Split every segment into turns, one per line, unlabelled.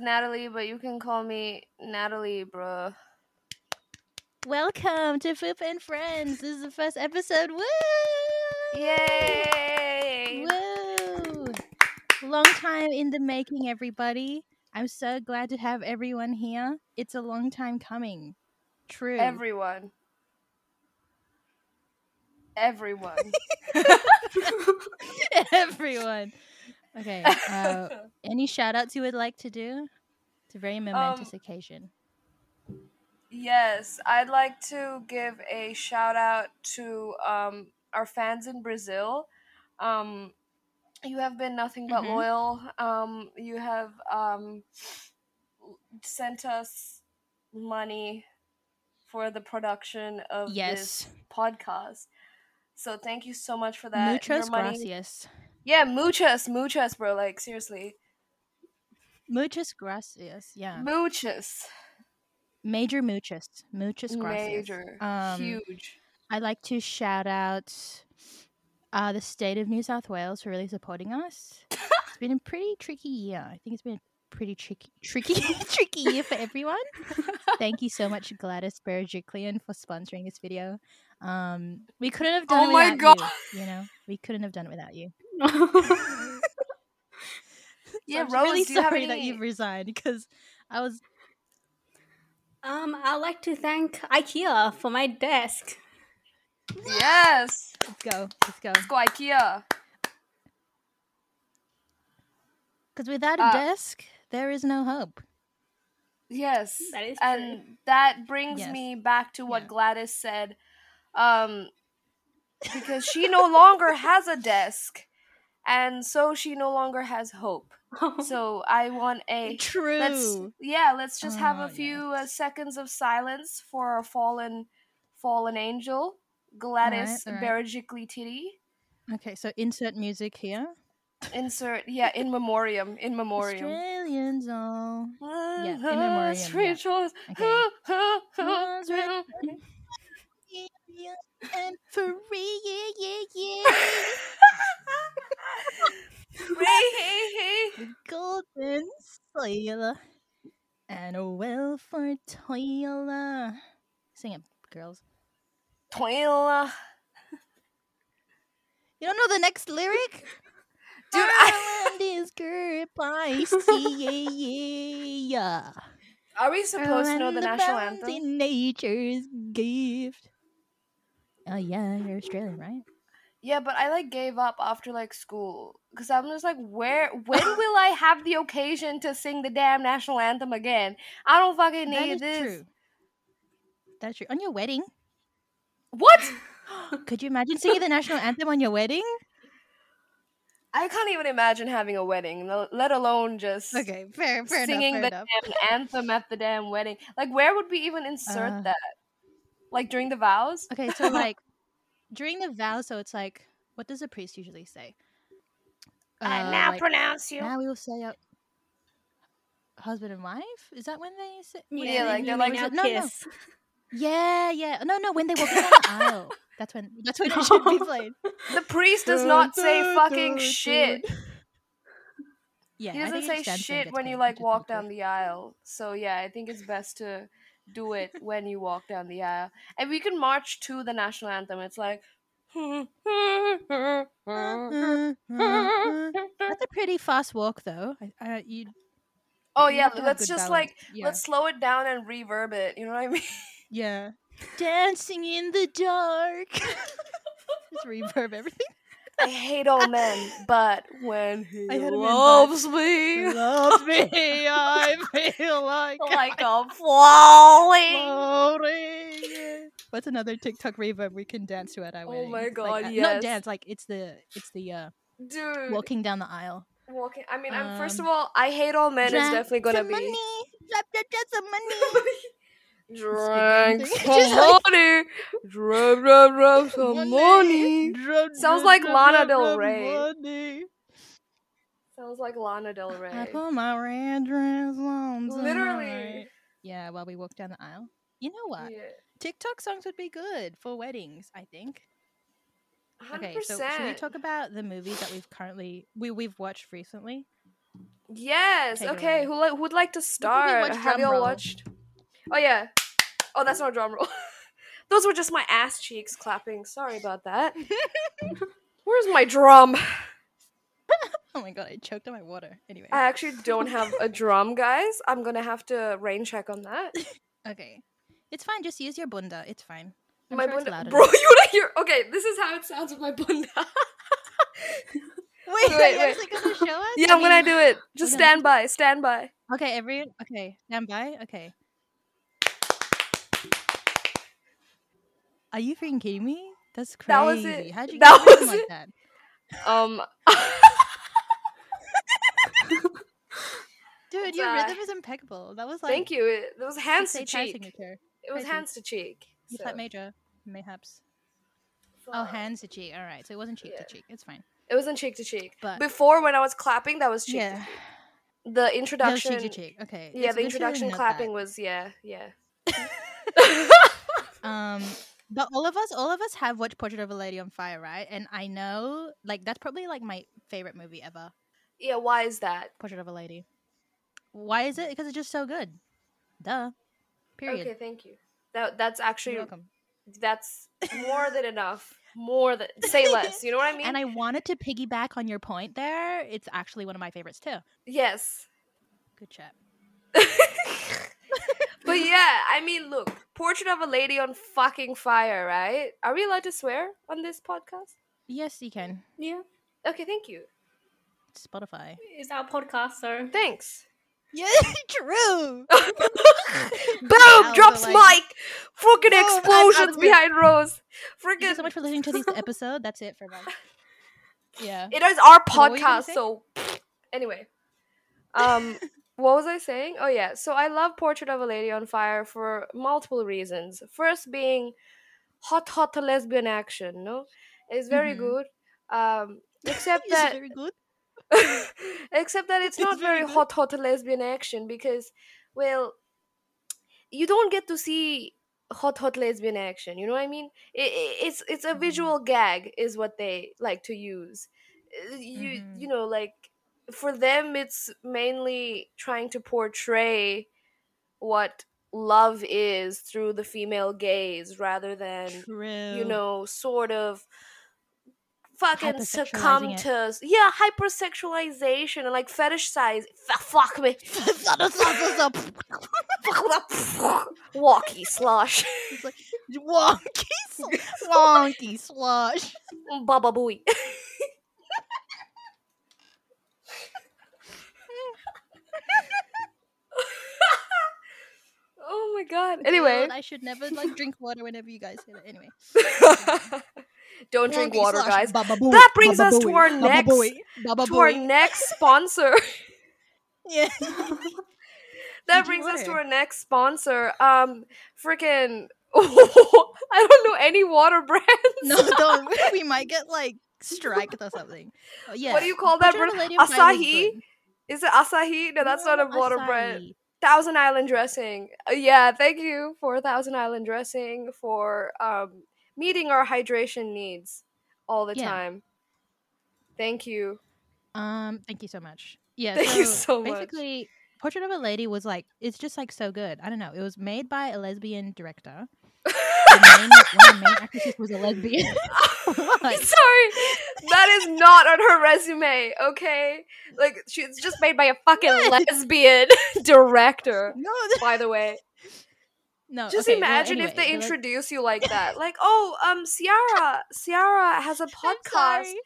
Natalie, but you can call me Natalie, bruh.
Welcome to Foop and Friends. This is the first episode. Woo!
Yay!
Woo! Long time in the making, everybody. I'm so glad to have everyone here. It's a long time coming. True.
Everyone. Everyone.
everyone. Okay. Uh, any shout outs you would like to do? It's a
Um,
very momentous occasion.
yes, I'd like to give a shout out to um, our fans in Brazil. Um, you have been nothing but
Mhm.
loyal. Um, you have um, sent us money for the production of this
Yes.
podcast. So thank you so much for that. Your
Muchas
money-
gracias.
Yeah, muchas, muchas, bro. Like seriously,
Muchas gracias. Yeah.
muchas.
Major muchas. Muchas gracias.
Major,
Um,
huge.
I'd like to shout out uh, the state of New South Wales for really supporting us. it's been a pretty tricky year. I think it's been a pretty tricky, tricky, tricky year for everyone. Thank you so much, Gladys Berejiklian, for sponsoring this video. Um, we couldn't have done
Oh
it
my
without
God.
you. You know, we couldn't have done it without you.
yeah,
I'm
Rose,
really
do you have
sorry
any?
that you've resigned because I was
um, I'd like to thank IKEA for my desk.
Yes,
let's go, let's go.
let's go IKEA.
Because without a
Uh,
desk, there is no hope.
Yes,
That is
and that brings
Yes.
me back to what
Yeah.
Gladys said, um, because she no longer has a desk, and so she no longer has hope.
true.
So I want a
True.
let's yeah let's just have
Oh,
a few uh,
yes.
seconds of silence for our fallen fallen angel gladys
alright.
berejiklian titty
Okay, so insert music here.
insert yeah in memoriam in memoriam Ah,
Australians all.
yeah,
in memoriam, yeah. Once were young and free, yeah, yeah, yeah. the golden sailor and a well for toiler. Sing it, girls.
Twila.
You don't know the next lyric?
Dude, I-
Ireland is goodbye, see, yeah, yeah, yeah.
are we supposed to know
And
the national
bounty
anthem
Nature's gift. Oh yeah, you're Australian, right?
yeah but i like gave up after like school because i'm just like where when will i have the occasion to sing the damn national anthem again i don't fucking
that
need
is
this
true. That's true. On your wedding,
What?
could you imagine singing the national anthem on your wedding?
I can't even imagine having a wedding, le- let alone just
Okay, fair, fair
singing
enough. Fair
the
enough.
damn anthem at the damn wedding. Like, where would we even insert
Uh.
that? Like during the vows?
Okay, so like during the vow, so it's like, what does the priest usually say? Uh,
I now
like,
pronounce you.
now we will say our husband and wife. Is that when they say?
Yeah,
when
like,
they-
they're
you
like,
may now
no, no.
kiss.
Yeah, yeah. No, no. When they walk down the aisle, that's when that's when it should be played.
the priest does not say fucking shit.
Yeah,
he doesn't say shit when you like walk down the aisle. So yeah, I think it's best to do it when you walk down the aisle, and we can march to the national anthem. It's like. "Hmm, Oh,
That's a pretty fast walk, though. I, I, you,
Oh
you
yeah,
have to have
let's
good
just
balance.
like
yeah.
let's slow it down and reverb it. You know what I mean?
yeah, dancing in the dark. just reverb everything.
I hate old men, but when he
I had a man, but-
loves me,
Love me, I feel like
like I'm falling.
floating. What's another TikTok reverb we can dance to at our
Oh
wedding?
my
Like,
God,
uh,
yes.
Not dance, like it's the it's the uh,
Dude, walking.
walking down the aisle.
I mean, I'm, first
Um,
of all, I hate all men is
Drop
definitely gonna
some
be
money. Drop, drop, drop some money.
drank
dancing.
some
Just like-
money, drop, drop, drop some money.
Drop,
Sounds
drop,
like
drop,
Lana
drop,
Del
drop
Rey.
money.
Sounds like Lana Del
I
Rey.
put my red dress on.
Literally.
tonight. Yeah, while we walk down the aisle. You know what?
Yeah.
TikTok songs would be good for weddings, I think.
100%.
Okay, so should we talk about the movies that we've currently we we've watched recently?
Yes.
Take it
okay.
away.
Who li- who'd like to start?
watch
Have
drum
y'all
roll.
watched? Oh yeah. Oh, that's not a drum roll. Those were just my ass cheeks clapping. Sorry about that. Where's my drum?
Oh my god, I choked on my water. Anyway.
I actually don't have a drum, guys. I'm gonna have to rain check on that.
okay. It's fine, just use your bunda. It's fine. I'm
my
sure it's
bunda,
loud
bro. You
enough.
wanna hear? Okay, this is how it sounds with my bunda.
Wait,
wait,
are you
wait.
actually gonna show us?
yeah, I'm gonna
mean-
do it. Just
Okay.
stand by. Stand by.
Okay, everyone. Okay, stand by. Okay. Are you freaking kidding me? That's crazy.
That was it.
How'd you
That
get away with
was
like
it.
that?
Um.
Dude, your
Sigh.
rhythm is impeccable. That was like
Thank you. It, it was
the
hands to
same time
cheek.
signature.
It was
Crazy.
hands to cheek.
You
so-
flat major, mayhaps. Oh,
Fuck.
hands to cheek. All right, so it wasn't cheek
Yeah.
to cheek. It's fine.
It wasn't cheek to cheek.
But-
Before, when I was clapping, that was cheek.
yeah,
To, the
that was
introduction.
cheek to cheek. Okay.
Yeah,
it's
the
good to
introduction
note
clapping
that.
was yeah, yeah.
Um, but all of us, all of us have watched Portrait of a Lady on Fire, right? And I know, like, that's probably like my favorite movie ever.
yeah, why is that?
Portrait of a Lady. Why is it? Because it's just so good. Duh. Period.
Okay, thank you. That that's actually
You're welcome.
that's more than enough. More than say less. You know what I mean?
And I wanted to piggyback on your point there. It's actually one of my favorites too.
yes.
Good chat.
But yeah, I mean, look, Portrait of a Lady on fucking fire, right? Are we allowed to swear on this podcast?
Yes, you can.
Yeah,
Okay, thank you.
Spotify.
it's our podcast, so
Thanks.
Yeah, true.
Boom!
but
Drops
like-
mic! Freaking
No, I- I
explosions
was like-
behind Rose!
Thank you
Freaking.
so much for listening to this episode. That's it for us. Yeah.
it is our
what were you gonna
podcast,
say?
so. Anyway. Um. What was I saying? Oh yeah, so I love Portrait of a Lady on Fire for multiple reasons. First being hot, hot lesbian action. No, it's very
Mhm.
good. Um, except
It's
that
very good.
Except that
It's
it's not
very
very
good.
hot, hot lesbian action because, well, you don't get to see hot, hot lesbian action. You know what I mean? I i it's it's a
Mhm.
visual gag, is what they like to use. Uh, You
Mhm.
you know like for them, it's mainly trying to portray what love is through the female gaze rather than
True.
you know, sort of fucking succumb
Hypersexualizing it.
to yeah, hypersexualization and like fetish size. F- fuck me, walkie slosh,
It's like wonky, sl- wonky slosh.
baba booey. oh my god. Anyway,
God, I should never like drink water whenever you guys say that. Anyway,
don't drink
Wonky
water,
slosh.
guys.
Baba booey,
That brings
baba
us to
booey,
our
baba
next-
booey, baba
To our
booey.
next sponsor.
Yeah.
that
Did you
brings us to
order?
our next sponsor. Um, freaking. I don't know any water brands.
No, don't. We might get like striked or something. Oh, yeah.
What do you call that
Portrait of a
brand?
Lady on Fire was
Asahi?
good.
Is it Asahi? No, that's not
No,
a water brand.
Asahi.
Thousand Island dressing. Uh, Yeah, thank you for Thousand Island dressing for um meeting our hydration needs all the
Yeah.
time. Thank you.
Um, thank you so much. Yeah,
Thank
so
you so much.
basically, Portrait of a Lady was like it's just like so good. I don't know. It was made by a lesbian director. The main, one of the main actresses was a lesbian. What?
Sorry, that is not on her resume. Okay, like she's just made by a fucking lesbian director.
no,
By the way,
no.
just
Oh, okay, well,
imagine if
anyway,
they
the les-
introduce you like that. Like, oh, um, Ciara, Ciara has a
I'm
podcast.
sorry.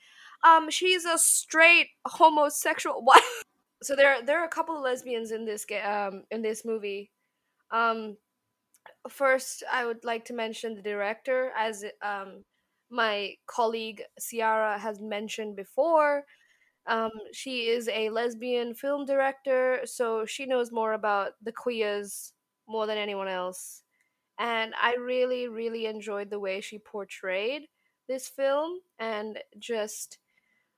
Um, she's a straight homosexual. What? So there, there are a couple of lesbians in this ga- um in this movie. Um, first, I would like to mention the director, as um my colleague Ciara has mentioned before. Um, she is a lesbian film director, so she knows more about the queers more than anyone else. And I really, really enjoyed the way she portrayed this film and just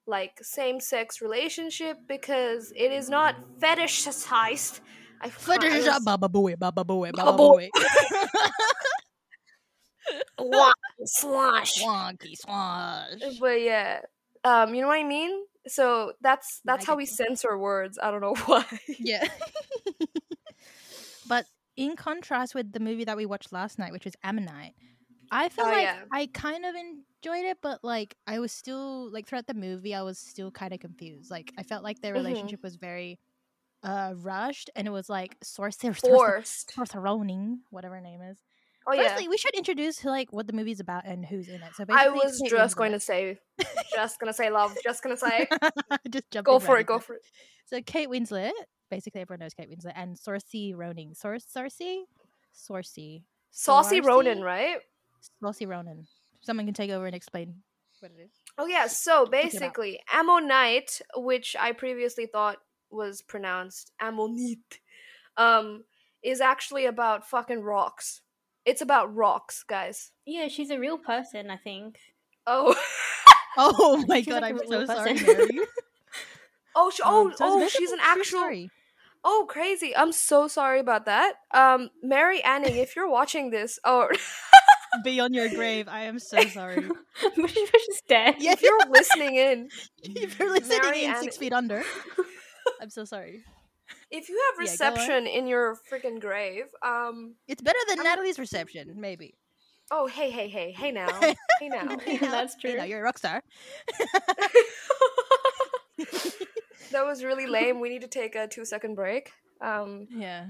like same sex relationship because it is not fetishized. I can't- I
Footage
was-
of Baba Booey, Baba Booey,
Baba
Baba Booey.
Wah, slosh.
Wonky slosh.
But yeah, um, you know what I mean? So that's that's how we
Negative.
censor words. I don't know why.
Yeah. but in contrast with the movie that we watched last night, which was Ammonite, I feel
Oh,
like
yeah.
I kind of enjoyed it, but like I was still like throughout the movie, I was still kind of confused. Like I felt like their
Mhm.
relationship was very uh rushed, and it was like sorcerer
Forced.
sorceroning, whatever her name is.
Oh yeah.
Firstly, we should introduce like what the movie's about and who's in it. So
I
basically,
was
Kate
just going to
Winslet.
say, just gonna say love, just gonna say,
just jump
go for it, go for it.
So Kate Winslet, basically everyone knows Kate Winslet, and Sorcy Ronan. Sor- Sorcy? Sorcy.
Saucy
Saoirse?
Ronan, right?
Saucy Ronan. Someone can take over and explain what it is.
Oh yeah. So
about.
basically, ammonite, which I previously thought was pronounced ammonite, um, is actually about fucking rocks. It's about rocks, guys.
Yeah, she's a real person, I think.
Oh,
Oh my
She's
god, I'm
like a
Um, so
real
sorry,
person.
Mary.
oh, she,
Um,
oh,
so it's
oh,
basically
she's an
a true
actual.
story.
Oh, crazy! I'm so sorry about that. Um, Mary Anning, if you're watching this, or
Be on your grave. I am so sorry.
but she's dead.
Yeah.
if you're listening in,
If you're listening
Mary
in
Ann-
six feet under. I'm so sorry.
if you have
Yeah, go on.
reception in your freaking grave, um,
It's better than
I'm-
Natalie's reception, maybe.
oh hey hey hey hey now hey now.
You know,
That's
You know,
true.
you're a rock star.
that was really lame. We need to take a two second break. Um,
Yeah.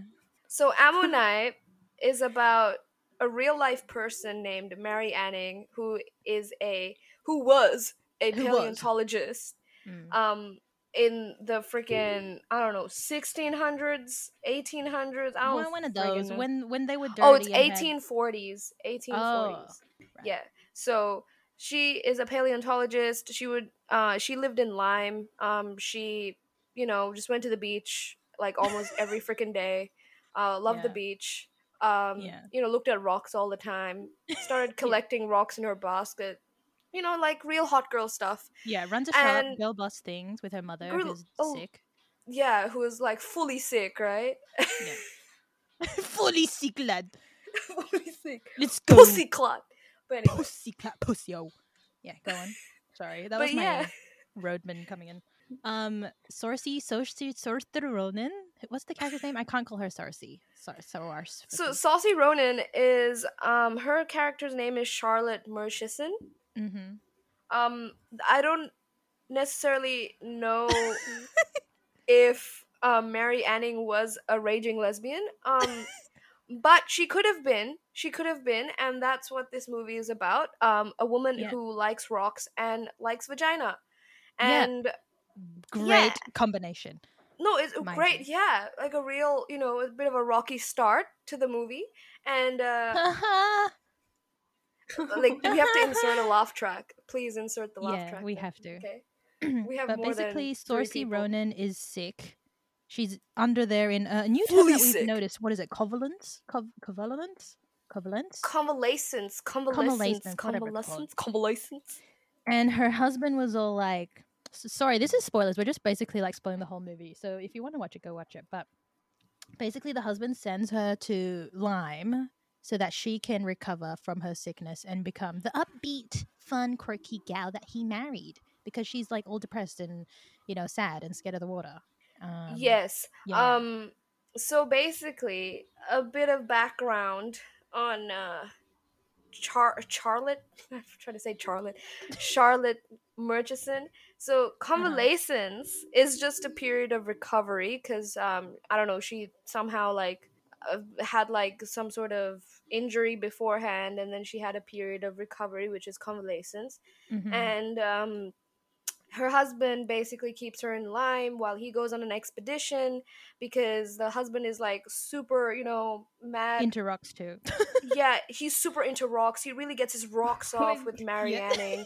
so Ammonite is about a real life person named Mary Anning who is a who was a
Who was.
paleontologist
Mm.
um in the freaking I don't know 1600s 1800s I don't
One, one of
friggin'
those.
know.
When when they were dirty.
Oh, it's
and had-
1840s. 1840s.
right.
Yeah. So she is a paleontologist. She would uh she lived in Lyme. Um she, you know, just went to the beach like almost every freaking day. Uh loved the
Yeah.
beach. Um
Yeah.
you know, looked at rocks all the time. Started collecting rocks in her basket. You know, like real hot girl stuff.
Yeah, runs a shop,
And-
girl boss things with her mother
Girl-
who's
oh.
sick.
Yeah, who is like fully sick, right?
Fully sick lad.
fully sick.
Let's go.
Pussy clot. But anyway.
Pussy clap pussy yo. Yeah, go on. Sorry, that
oh. But
was my
yeah.
uh, roadman coming in. Um, Sorcy, Sorcy, Sorceronin. What's the character's name? I can't call her Sorcy. Sor- Sorars.
So Saucy Ronan is um her character's name is Charlotte Murchison.
mm-hmm.
Um I don't necessarily know if um, Mary Anning was a raging lesbian. Um but she could have been. She could have been and that's what this movie is about. Um a woman
Yeah.
who likes rocks and likes vagina.
Yeah.
And
great combination.
no, it's uh,
Mind
great.
you.
Yeah, like a real, you know, a bit of a rocky start to the movie and uh like we have to insert a laugh track. Please insert the laugh
yeah,
track.
we
now.
have to.
Okay. We have
but
more than
basically,
three
Sorcy
people.
Ronan is sick. She's under there in a new term
Fully
that we've
sick.
noticed. What is it? Covalence? Cov- covalence? Covalence?
Convalescence, convalescence,
Convalescence, whatever it's called.
convalescence, convalescence.
and her husband was all like, s- sorry, this is spoilers. We're just basically like spoiling the whole movie. So if you want to watch it, go watch it. But basically, the husband sends her to Lyme so that she can recover from her sickness and become the upbeat, fun, quirky gal that he married because she's like all depressed and, you know, sad and scared of the water. Um,
yes.
yeah.
Um. So basically, a bit of background on uh, Char Charlotte. I'm trying to say Charlotte. Charlotte Murchison. So convalescence is just a period of recovery because um I don't know she somehow like uh, had like some sort of injury beforehand and then she had a period of recovery which is convalescence
mhm.
and um, her husband basically keeps her in line while he goes on an expedition because the husband is like super, you know, mad.
into rocks too.
yeah, he's super into rocks. He really gets his rocks off with Mary
Yeah.
Anning,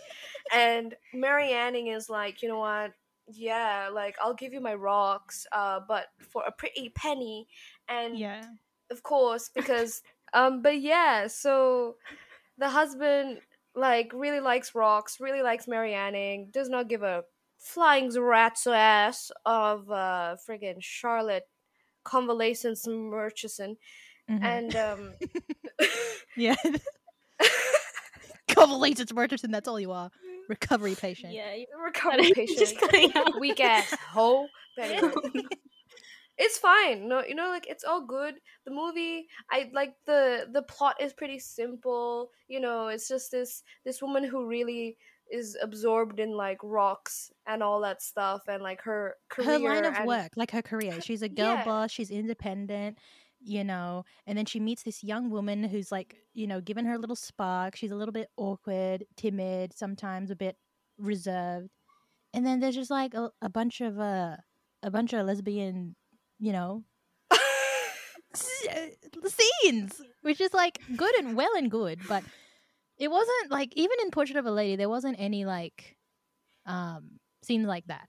and Mary Anning is like, you know what? Yeah, like I'll give you my rocks, uh, but for a pretty penny. And
yeah.
of course because um but yeah so the husband like really likes rocks really likes mary anning does not give a flying rat's ass of uh friggin charlotte convalescence murchison
Mhm.
and um
yeah. Covalent, it's Murchison. That's all you are. recovery patient.
Yeah, you
Recovery patient.
just cutting out.
Weak ass hoe. Betty White. it's fine. No, you know, like it's all good. The movie, I like the the plot is pretty simple. You know, it's just this this woman who really is absorbed in like rocks and all that stuff, and like her career.
her line of
and-
work, like her career. She's a girl
yeah.
boss, she's independent, you know, and then she meets this young woman who's like, you know, given her a little spark. She's a little bit awkward, timid, sometimes a bit reserved. And then there's just like a, a bunch of uh, a bunch of lesbian, you know, s- uh, scenes, which is like good and well and good, but it wasn't like even in Portrait of a Lady, there wasn't any like um scenes like that.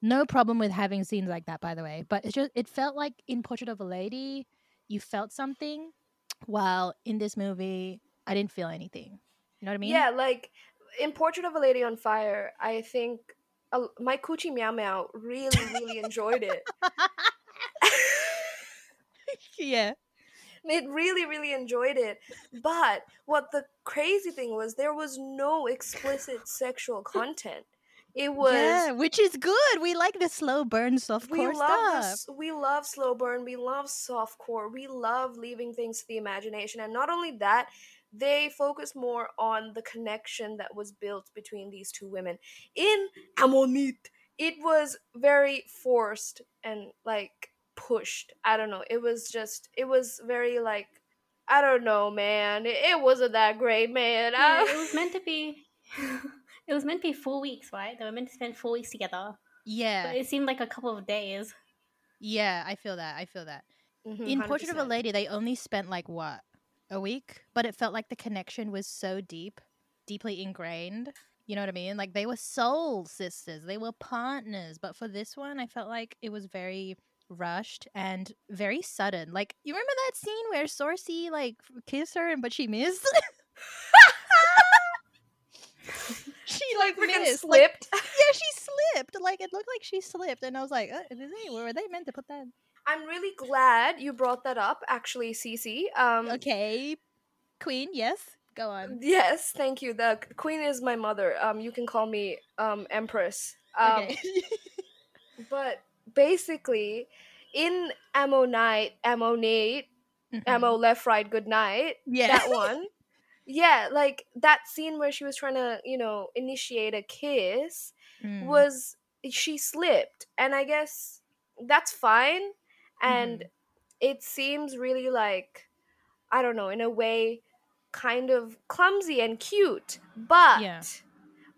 No problem with having scenes like that, by the way, but it just it felt like in Portrait of a Lady, you felt something, while in this movie, I didn't feel anything. You know what I mean?
Yeah, like in Portrait of a Lady on Fire, I think uh, my coochie meow meow really really enjoyed it.
yeah.
it really really enjoyed it but what the crazy thing was there was no explicit sexual content it was
yeah, which is good. We like the slow burn softcore
we love
stuff.
this, we love slow burn we love softcore we love leaving things to the imagination and not only that they focus more on the connection that was built between these two women in Amonit it was very forced and like pushed i don't know it was just it was very like i don't know man it, it wasn't that great man
Yeah,
Ah. I-
it was meant to be. It was meant to be four weeks, right? They were meant to spend four weeks together, but
Yeah,
it seemed like a couple of days.
yeah, I feel that. I feel that.
Mhm,
in Portrait of a
100%.
Lady, they only spent like what a week, but it felt like the connection was so deep, deeply ingrained. You know what I mean? Like they were soul sisters, they were partners. But for this one, I felt like it was very rushed and very sudden. Like you remember that scene where Sorcy like f- kissed her and but she missed. she like,
like freaking
missed. like-
slipped
yeah, she slipped. Like it looked like she slipped, and I was like, uh, this ain't- were they meant to put that?
i'm really glad you brought that up actually cc um
Okay, Queen. Yes, go on.
Yes, thank you. The queen is my mother. Um, you can call me um empress. Um, but basically, in ammonite, ammonate, ammo left, right, good night.
Yeah.
That one. Yeah, like that scene where she was trying to, you know, initiate a kiss
Mm.
was eh, she slipped, and I guess that's fine. And
Mm-hmm.
it seems really like I don't know, in a way, kind of clumsy and cute, but
Yeah.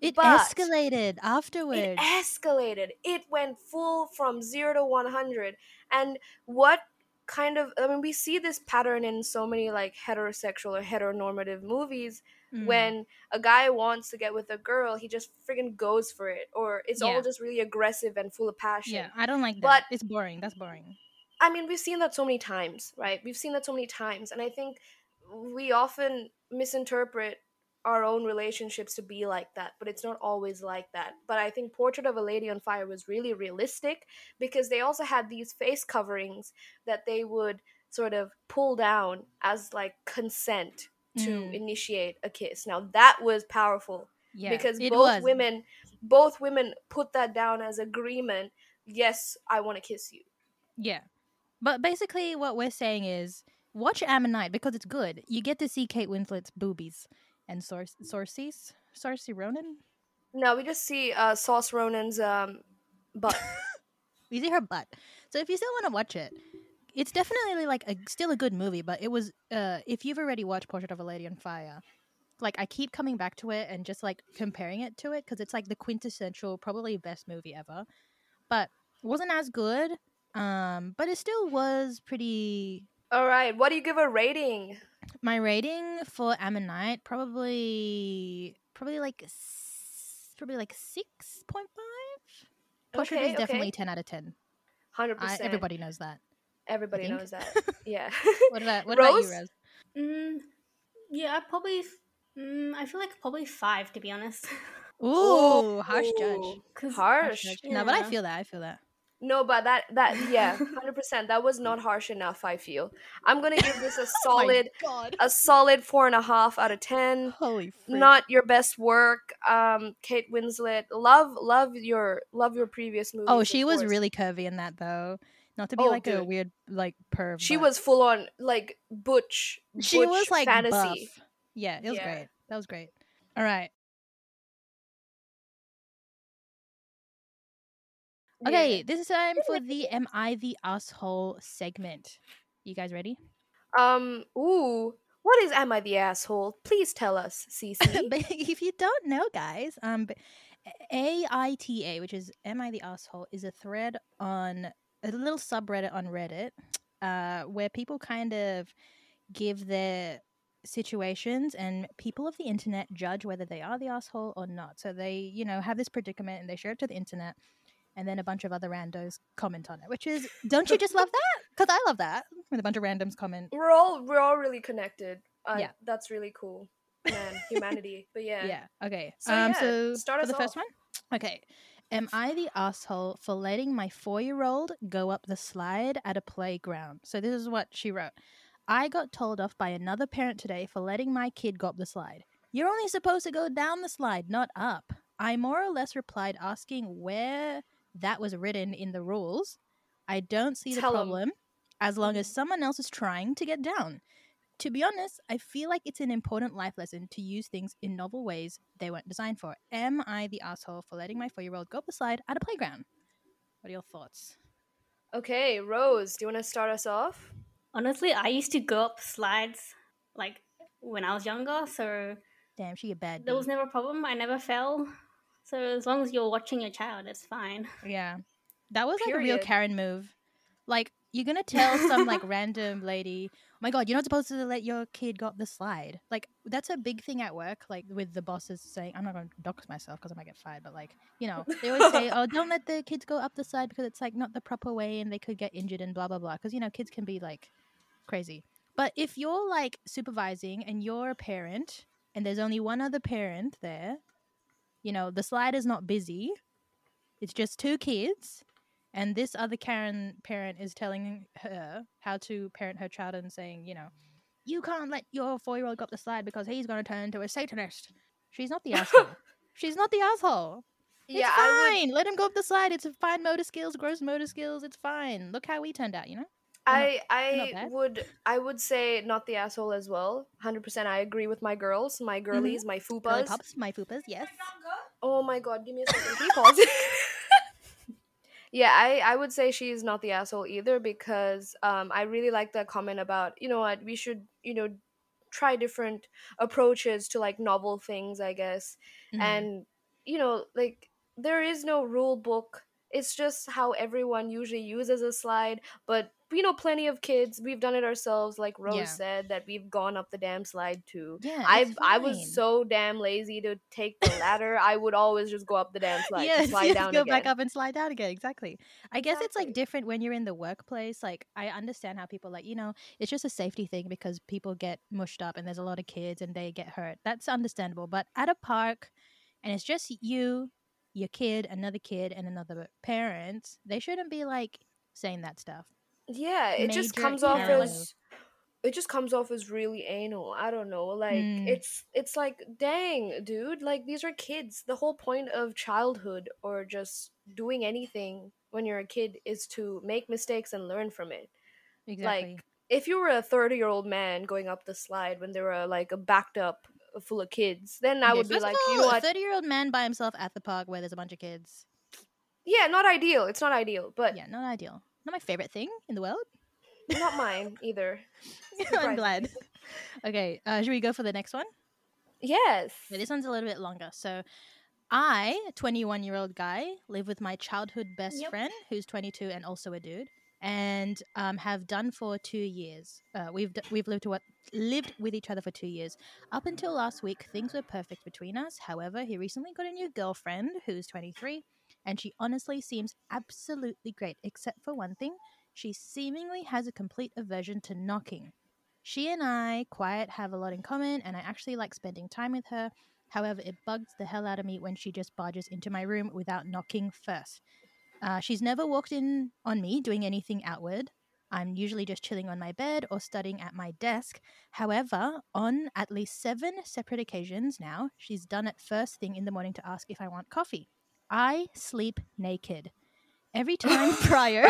it
but-
escalated
it
afterwards.
escalated. It went full from zero to 100. And what kind of, I mean, we see this pattern in so many like heterosexual or heteronormative movies
Mm.
when a guy wants to get with a girl, he just friggin' goes for it, or it's
Yeah.
all just really aggressive and full of passion.
yeah, I don't like that.
But-
it's boring. That's boring.
I mean, we've seen that so many times, right? We've seen that so many times. And I think we often misinterpret our own relationships to be like that, but it's not always like that. But I think Portrait of a Lady on Fire was really realistic because they also had these face coverings that they would sort of pull down as like consent to
Mm.
initiate a kiss. Now, that was powerful
Yeah,
because
it was.
both women both women put that down as agreement, yes, I want to kiss you.
Yeah, but basically, what we're saying is watch Ammonite because it's good. You get to see Kate Winslet's boobies and Sor- Sorcy's Sorcy Ronan.
No, we just see uh, Sauce Ronan's um, butt.
You see her butt. So if you still want to watch it, it's definitely like a, still a good movie. But it was uh, if you've already watched Portrait of a Lady on Fire, like I keep coming back to it and just like comparing it to it because it's like the quintessential, probably best movie ever. But it wasn't as good. Um, but it still was pretty.
All right, what do you give a rating?
My rating for Ammonite probably probably like s- probably like six point five. Portrait
Okay,
is
okay.
definitely ten out of ten.
Hundred
I,
percent.
everybody knows that.
everybody
think.
knows that. Yeah.
What about what about
Rose?
you, Rose?
Mm, yeah, I probably. Mm, I feel like probably five, to be honest.
Ooh, harsh judge.
Ooh,
Cause
Harsh
Oh, Harsh.
judge. No, but I
Yeah.
feel that. I feel that.
No, but that that yeah, hundred percent. That was not harsh enough. I feel I'm gonna give
Oh
this a solid
God.
a solid four and a half out of ten.
Holy freak.
Not your best work, um, Kate Winslet. Love love your love your previous movie.
Oh, she was really curvy in that though. Not to be
Oh,
like a
dude.
weird like perv.
She
but
was full on like butch.
She
butch
was like
fantasy.
buff. Yeah, it was
Yeah.
great. That was great. All right.
Yeah.
Okay, this is time for the Am I the Asshole segment. You guys ready?
Um. Ooh. What is Am I the asshole? Please tell us, Cece.
but if you don't know, guys, um, b- AITA, which is Am I the Asshole, is a thread on a little subreddit on Reddit uh, where people kind of give their situations and people of the internet judge whether they are the asshole or not. So they, you know, have this predicament and they share it to the internet. And then a bunch of other randos comment on it, which is, don't you just love that? Because I love that. When a bunch of randoms comment.
we're all we're all really connected. Uh,
Yeah.
That's really cool. Man, humanity. But yeah.
Yeah. Okay.
So,
um.
yeah,
So
start
for
us
the first
off.
one. Okay. Am I the asshole for letting my four-year-old go up the slide at a playground? So this is what she wrote. I got told off by another parent today for letting my kid go up the slide. You're only supposed to go down the slide, not up. I more or less replied asking where that was written in the rules. I don't see the
Tell 'em.
problem as long as someone else is trying to get down. To be honest, I feel like it's an important life lesson to use things in novel ways they weren't designed for. Am I the asshole for letting my four year old go up the slide at a playground? What are your thoughts?
Okay, Rose, do you want to start us off?
Honestly, I used to go up slides like when I was younger, so
Damn, she a bad.
there was
bee.
never a problem. I never fell. So as long as you're watching your child, it's fine.
yeah, that was like a real
Period.
Karen move. Like you're gonna tell some like random lady, oh "My God, you're not supposed to let your kid go up the slide." Like that's a big thing at work. Like with the bosses saying, "I'm not gonna dox myself because I might get fired," but like you know, they always say, "Oh, don't let the kids go up the slide because it's like not the proper way and they could get injured and blah blah blah." Because you know, kids can be like crazy. But if you're like supervising and you're a parent and there's only one other parent there, you know, the slide is not busy. It's just two kids. And this other Karen parent is telling her how to parent her child and saying, you know, you can't let your four year old go up the slide because he's going to turn into a Satanist. She's not the asshole. She's not the asshole. It's
I would.
fine. Let him go up the slide. It's fine motor skills, gross motor skills. It's fine. Look how we turned out, you know?
I
not
I
bad.
would I would say not the asshole as well. Hundred percent. I agree with my girls, my girlies, my
Girly
fupas.
pops, my fupas, yes.
Oh my god, give me a second. He paused. yeah, I, I would say she's not the asshole either because um, I really like that comment about, you know what, we should, you know, try different approaches to like novel things, I guess.
Mhm.
And, you know, like there is no rule book. It's just how everyone usually uses a slide. But we know plenty of kids. We've done it ourselves, like Rose
Yeah.
said, that we've gone up the damn slide too.
Mm-hmm. yeah,
I
it's
I
fine.
was so damn lazy to take the ladder. I would always just go up the damn slide,
yes,
slide
yes,
down
go
again.
back up and slide down again. Exactly. I guess it's like
Exactly.
different when you're in the workplace. Like I understand how people like you know it's just a safety thing because people get mushed up and there's a lot of kids and they get hurt. That's understandable. But at a park, and it's just you, your kid, another kid, and another parent. They shouldn't be like saying that stuff.
Yeah, it just
Major
comes off
emo.
as it just comes off as really anal. I don't know. Like
Mm.
it's it's like dang, dude, like these are kids. The whole point of childhood or just doing anything when you're a kid is to make mistakes and learn from it.
Exactly.
if you were a 30 year old man going up the slide when there were like a backed up full of kids, then I
Okay,
would be
first of
like, you
all,
know
a
what?
thirty-year-old man by himself at the park where there's a bunch of kids.
Yeah, not ideal. It's not ideal, but
Yeah, not ideal. Not my favorite thing in the world.
not mine either.
I'm
Surprising.
glad. Okay, uh, should we go for the next one?
Yes.
But this one's a little bit longer. So, I, 21 year old guy, live with my childhood best
Yep.
friend who's 22 and also a dude, and um, have done for two years. Uh, we've d- we've lived what lived with each other for two years. Up until last week, things were perfect between us. However, he recently got a new girlfriend who's 23, and she honestly seems absolutely great, except for one thing. She seemingly has a complete aversion to knocking. She and I, Quiet, have a lot in common, and I actually like spending time with her. However, it bugs the hell out of me when she just barges into my room without knocking first. Uh, she's never walked in on me doing anything outward. I'm usually just chilling on my bed or studying at my desk. However, on at least seven separate occasions now, she's done it first thing in the morning to ask if I want coffee. I sleep naked. Every time prior,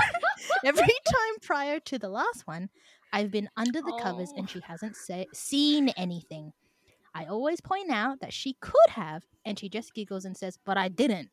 every time prior to the last one, I've been under the covers
Oh.
and she hasn't say, seen anything. I always point out that she could have, and she just giggles and says, "But I didn't."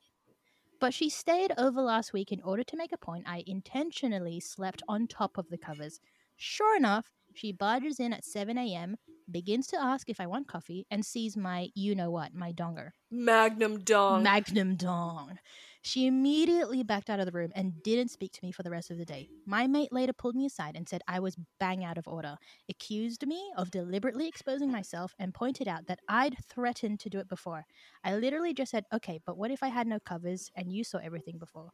But she stayed over last week in order to make a point. I intentionally slept on top of the covers. Sure enough, she barges in at 7 a.m., begins to ask if I want coffee, and sees my you know what, my donger.
Magnum dong.
Magnum Dong. She immediately backed out of the room and didn't speak to me for the rest of the day. My mate later pulled me aside and said I was bang out of order, accused me of deliberately exposing myself, and pointed out that I'd threatened to do it before. I literally just said, okay, but what if I had no covers and you saw everything before?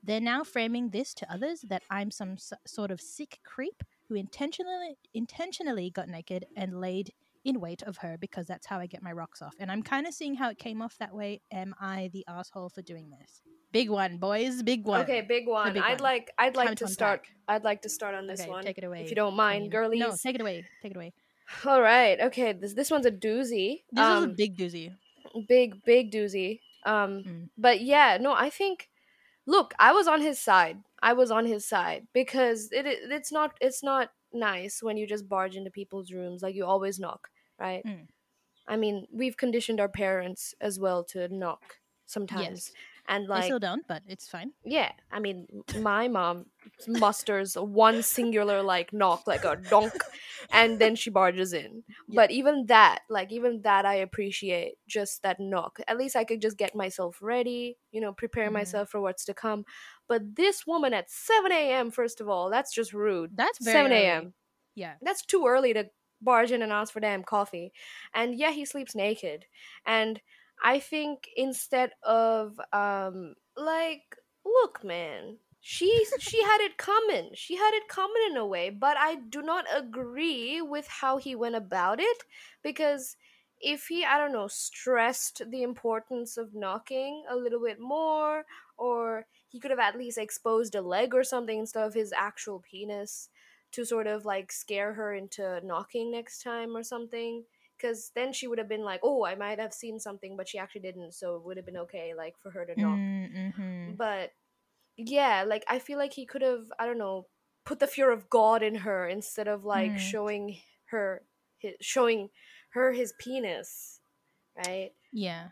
They're now framing this to others that I'm some s- sort of sick creep who intentionally intentionally got naked and laid in wait of her because that's how I get my rocks off. And I'm kind of seeing how it came off that way. Am I the asshole for doing this? Big one, boys. Big one.
Okay, big one.
big one.
I'd like I'd
Time
like
to
to start
unpack.
I'd like to start on this
Okay,
one.
take it away.
If you don't
Queen.
mind, girlies.
No, take it away. Take it away.
All right. Okay, this this one's a doozy.
This
um,
is a big doozy.
big big doozy um
Mm.
but yeah no i think look i was on his side i was on his side because it it- it's not it's not nice when you just barge into people's rooms like you always knock right
Mm.
i mean we've conditioned our parents as well to knock sometimes
Yes.
and
I
like
still don't, but it's fine.
yeah i mean my mom musters one singular like knock like a donk and then she barges in
Yeah.
but even that like even that i appreciate just that knock at least i could just get myself ready you know prepare
Mhm.
myself for what's to come but this woman at 7 a.m first of all that's just rude
That's very
7
early.
a.m
Yeah.
that's too early to barge in and ask for damn coffee. And yeah, he sleeps naked. And I think instead of um like look man, she she had it coming. She had it coming in a way, but I do not agree with how he went about it because if he I don't know stressed the importance of knocking a little bit more or he could have at least exposed a leg or something instead of his actual penis to sort of like scare her into knocking next time or something because then she would have been like oh i might have seen something but she actually didn't so it would have been okay like for her to knock
Mm-hmm.
but yeah like i feel like he could have i don't know put the fear of god in her instead of like
Mm.
showing her his, showing her his penis right
Yeah.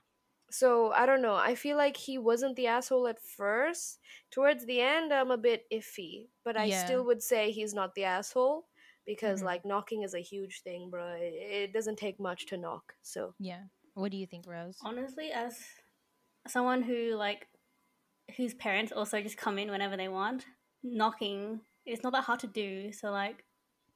so I don't know. I feel like he wasn't the asshole at first. Towards the end, I'm a bit iffy, but I
Yeah.
still would say he's not the asshole because
Mhm.
like knocking is a huge thing, bro. It, it doesn't take much to knock. So
Yeah. What do you think, Rose?
Honestly, as someone who like whose parents also just come in whenever they want, knocking it's not that hard to do. So like,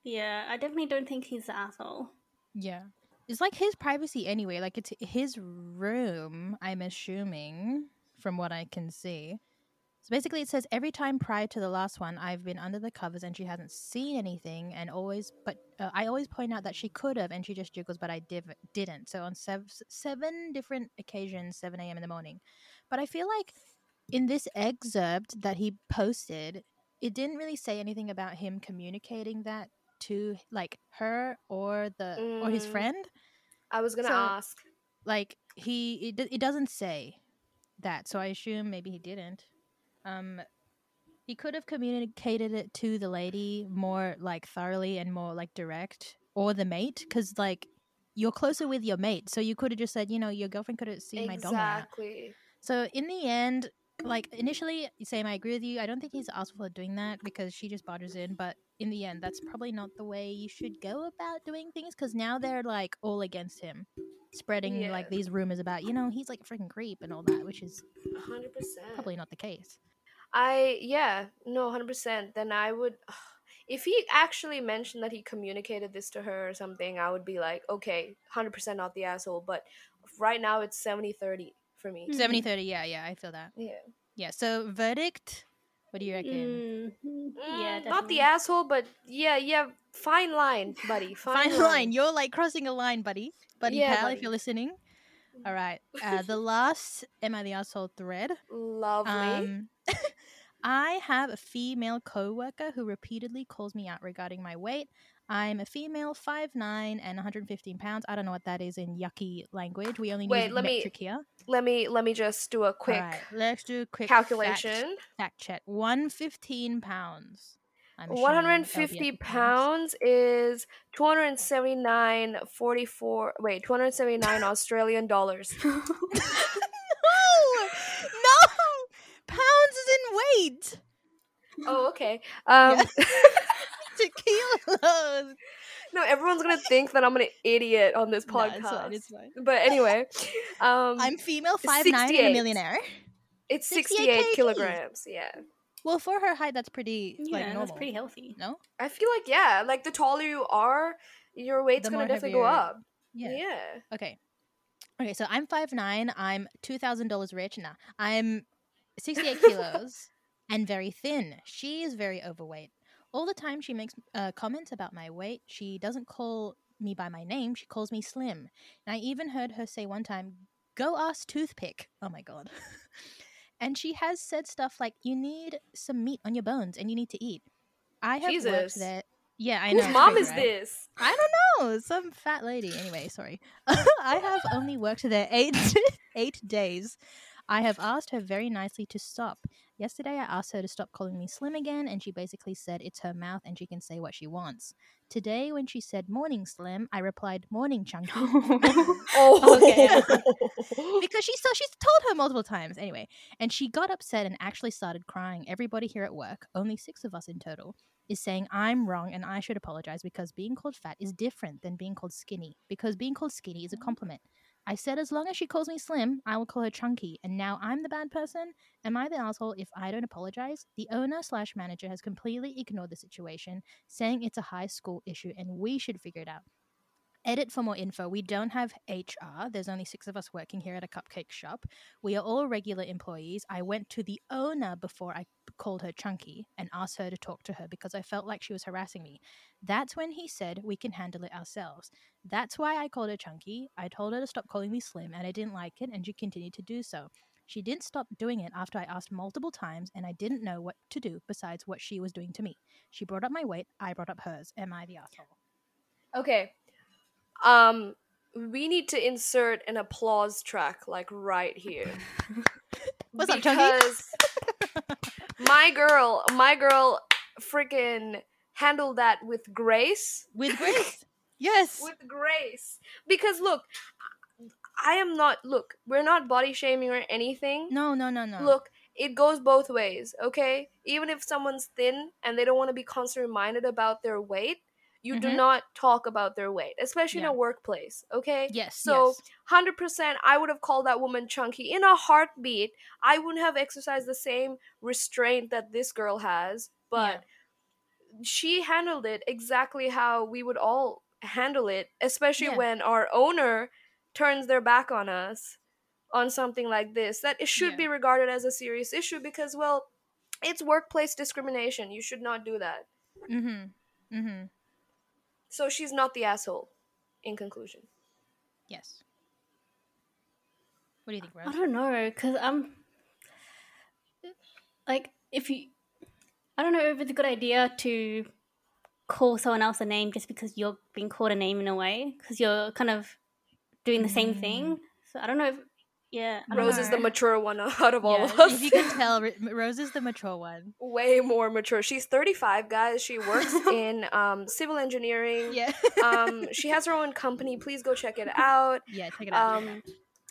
yeah, I definitely don't think he's the asshole.
Yeah. It's like his privacy anyway. Like it's his room, I'm assuming, from what I can see. So basically, it says every time prior to the last one, I've been under the covers and she hasn't seen anything, and always, but uh, I always point out that she could have, and she just jiggles, but I div- didn't. So on sev- seven different occasions, 7 a.m. in the morning. But I feel like in this excerpt that he posted, it didn't really say anything about him communicating that to like her or the or his
Mm.
friend
I was gonna
So-
ask.
like he it, do- it doesn't say that so i assume maybe he didn't um he could have communicated it to the lady more like thoroughly and more like direct or the mate because like you're closer with your mate so you could have just said you know your girlfriend could have seen my dong out.
Exactly.
so in the end like initially same i agree with you i don't think he's asked for doing that because she just barges in but in the end that's probably not the way you should go about doing things because now they're like all against him spreading like
Yeah.
these rumors about you know he's like a freaking creep and all that which is
hundred percent.
probably not the case
I yeah, no, hundred percent. Then I would, if he actually mentioned that he communicated this to her or something, I would be like, okay, hundred percent not the asshole. But right now it's 70-30 for me.
Mm.
70 30 yeah yeah i feel that
Yeah,
yeah so verdict what do you reckon
Mm, yeah,
Mm, not the
definitely.
asshole, but yeah, yeah, fine line, buddy. Fine,
fine line you're like crossing a line buddy buddy
Yeah,
pal if
buddy. Mm.
you're listening all right uh, the last am i the asshole thread
Lovely.
Um, I have a female coworker who repeatedly calls me out regarding my weight. I'm a female, 5'9 and 115 pounds. I don't know what that is in yucky language. We only
Wait,
use
let me-
metric here.
Let me let me just do a quick
Alright, let's do a quick fact-
calculation.
Fact check. 115 pounds. I'm assuming
150
LDF pounds.
pounds is 279.44 wait 279 australian dollars
Mm.
no! No! Pounds is in weight.
oh okay um
To kilos.
no everyone's gonna think that i'm an idiot on this
No,
podcast
it's fine, it's fine.
but anyway um
I'm female, 5'9 and a
68.
millionaire.
it's
68
68
kgs.
kilograms yeah
Well, for her height, that's pretty
Yeah,
like normal.
that's pretty healthy.
No,
i feel like yeah like the taller you are your weight's
The
gonna
more
definitely go
heavier-
up
yeah.
yeah,
Okay, okay. So I'm five nine. I'm two thousand dollars rich. Nah, I'm sixty eight kilos and very thin. She is very overweight. All the time, she makes uh, comments about my weight. She doesn't call me by my name. She calls me slim. And I even heard her say one time, "Go ass toothpick." Oh my god. and she has said stuff like, "You need some meat on your bones, and you need to eat." I have
Jesus.
worked there. Yeah, I know.
whose
it's
mom
crazy,
is
right?
this
I don't know, some fat lady. Anyway, sorry. I have only worked there eight eight days. I have asked her very nicely to stop. Yesterday, I asked her to stop calling me slim again, and she basically said it's her mouth and she can say what she wants. Today, when she said morning slim, I replied morning chunky
oh
because she so she's told her multiple times anyway, and she got upset and actually started crying. Everybody here at work, only six of us in total, is saying I'm wrong and I should apologize because being called fat is different than being called skinny because being called skinny is a compliment. I said as long as she calls me slim, I will call her chunky, and now I'm the bad person. Am I the asshole if I don't apologize? The owner slash manager has completely ignored the situation, saying it's a high school issue and we should figure it out. Edit for more info. We don't have HR. There's only six of us working here at a cupcake shop. We are all regular employees. I went to the owner before I called her chunky and asked her to talk to her because I felt like she was harassing me. That's when he said we can handle it ourselves. That's why I called her chunky. I told her to stop calling me slim and I didn't like it and she continued to do so. She didn't stop doing it after I asked multiple times and I didn't know what to do besides what she was doing to me. She brought up my weight, I brought up hers. Am I the asshole?
Okay. Um we need to insert an applause track like right here.
What's up, Chunky?
because my girl, my girl freaking handled that with grace.
With grace. yes.
With grace. Because look, I am not look, we're not body shaming or anything.
No, no, no, no.
Look, it goes both ways, okay? Even if someone's thin and they don't want to be constantly reminded about their weight, you do
Mhm.
not talk about their weight, especially in
Yeah.
a workplace, okay?
Yes.
so-
yes.
100% I would have called that woman chunky in a heartbeat. I wouldn't have exercised the same restraint that this girl has, but she handled it exactly how we would all handle it, especially
Yeah.
when our owner turns their back on us on something like this that it should
Yeah.
be regarded as a serious issue because well, it's workplace discrimination. You should not do that.
Mhm. Mhm.
So she's not the asshole in conclusion.
Yes. What do you think,
I
Rose?
don't know, because I'm like, if you, I don't know if it's a good idea to call someone else a name just because you're being called a name in a way, because you're kind of doing the same
Mm.
thing. So I don't know if, yeah. I don't
Rose is the
know.
mature one out of all
Yeah,
of us.
If you can tell, Ro- Rose is the mature one.
way more mature. She's 35, guys. She works in um, civil engineering.
Yeah.
Um, she has her own company. Please go check it out.
yeah. Check it out.
Um,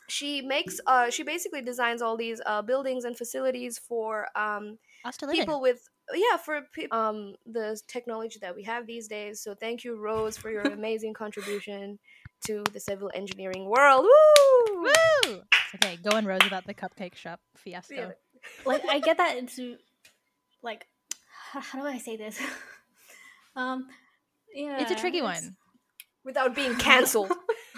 she makes. Uh, she basically designs all these uh, buildings and facilities for um,
Us to live in.
people with. Yeah, for pe- um, the technology that we have these days. So thank you, Rose, for your amazing contribution to the civil engineering world. Woo!
Woo! Okay, go on, Rose, about the cupcake shop fiasco.
Yeah.
like I get that it's uh, like how, how do I say this? um yeah.
It's a tricky
it's-
one.
Without being cancelled.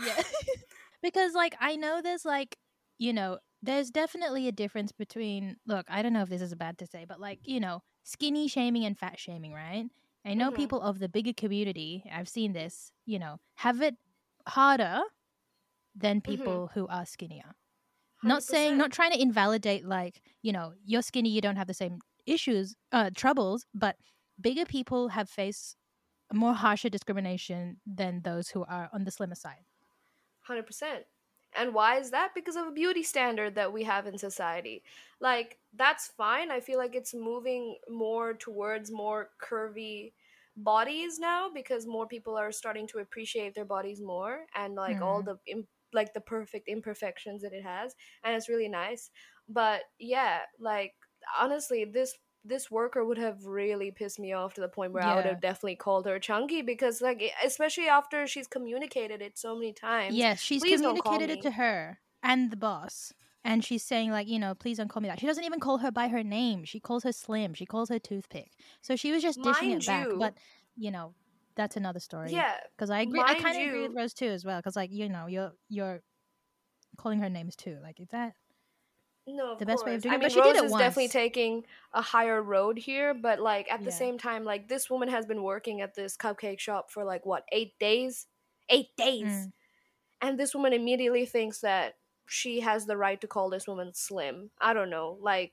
Yeah. because like I know there's like, you know, there's definitely a difference between look, I don't know if this is bad to say, but like, you know, skinny shaming and fat shaming, right? I know
Mhm.
people of the bigger community, I've seen this, you know, have it harder than people who are skinnier. Not saying
100%.
not trying to invalidate like, you know, you're skinny, you don't have the same issues, uh, troubles, but bigger people have faced more harsher discrimination than those who are on the slimmer side.
100%. And why is that? Because of a beauty standard that we have in society. Like, that's fine. I feel like it's moving more towards more curvy bodies now because more people are starting to appreciate their bodies more and like all
Mhm.
the im- like the perfect imperfections that it has and it's really nice but yeah like honestly this this worker would have really pissed me off to the point where i would
Yeah.
have definitely called her chunky because like e- especially after she's communicated it so many times
Yes, she's
please don't call
communicated it to her and the boss. And she's saying, like, you know, please don't call me that. She doesn't even call her by her name. She calls her Slim. She calls her Toothpick. So she was just dishing
Mind
it back.
you-
But, you know, that's another story.
yeah
Because I agree. I
mind
kind of agree with
you-
Rose too, as well. Because, like, you know, you're you're calling her names too. Like, is that
No, of
the best way of
course.
doing
I
it,
mean,
but she
Rose
did it
is definitely
once.
taking a higher road here, but like at the
Yeah.
same time, like this woman has been working at this cupcake shop for like what eight days, eight days,
Mm.
and this woman immediately thinks that she has the right to call this woman slim. I don't know, like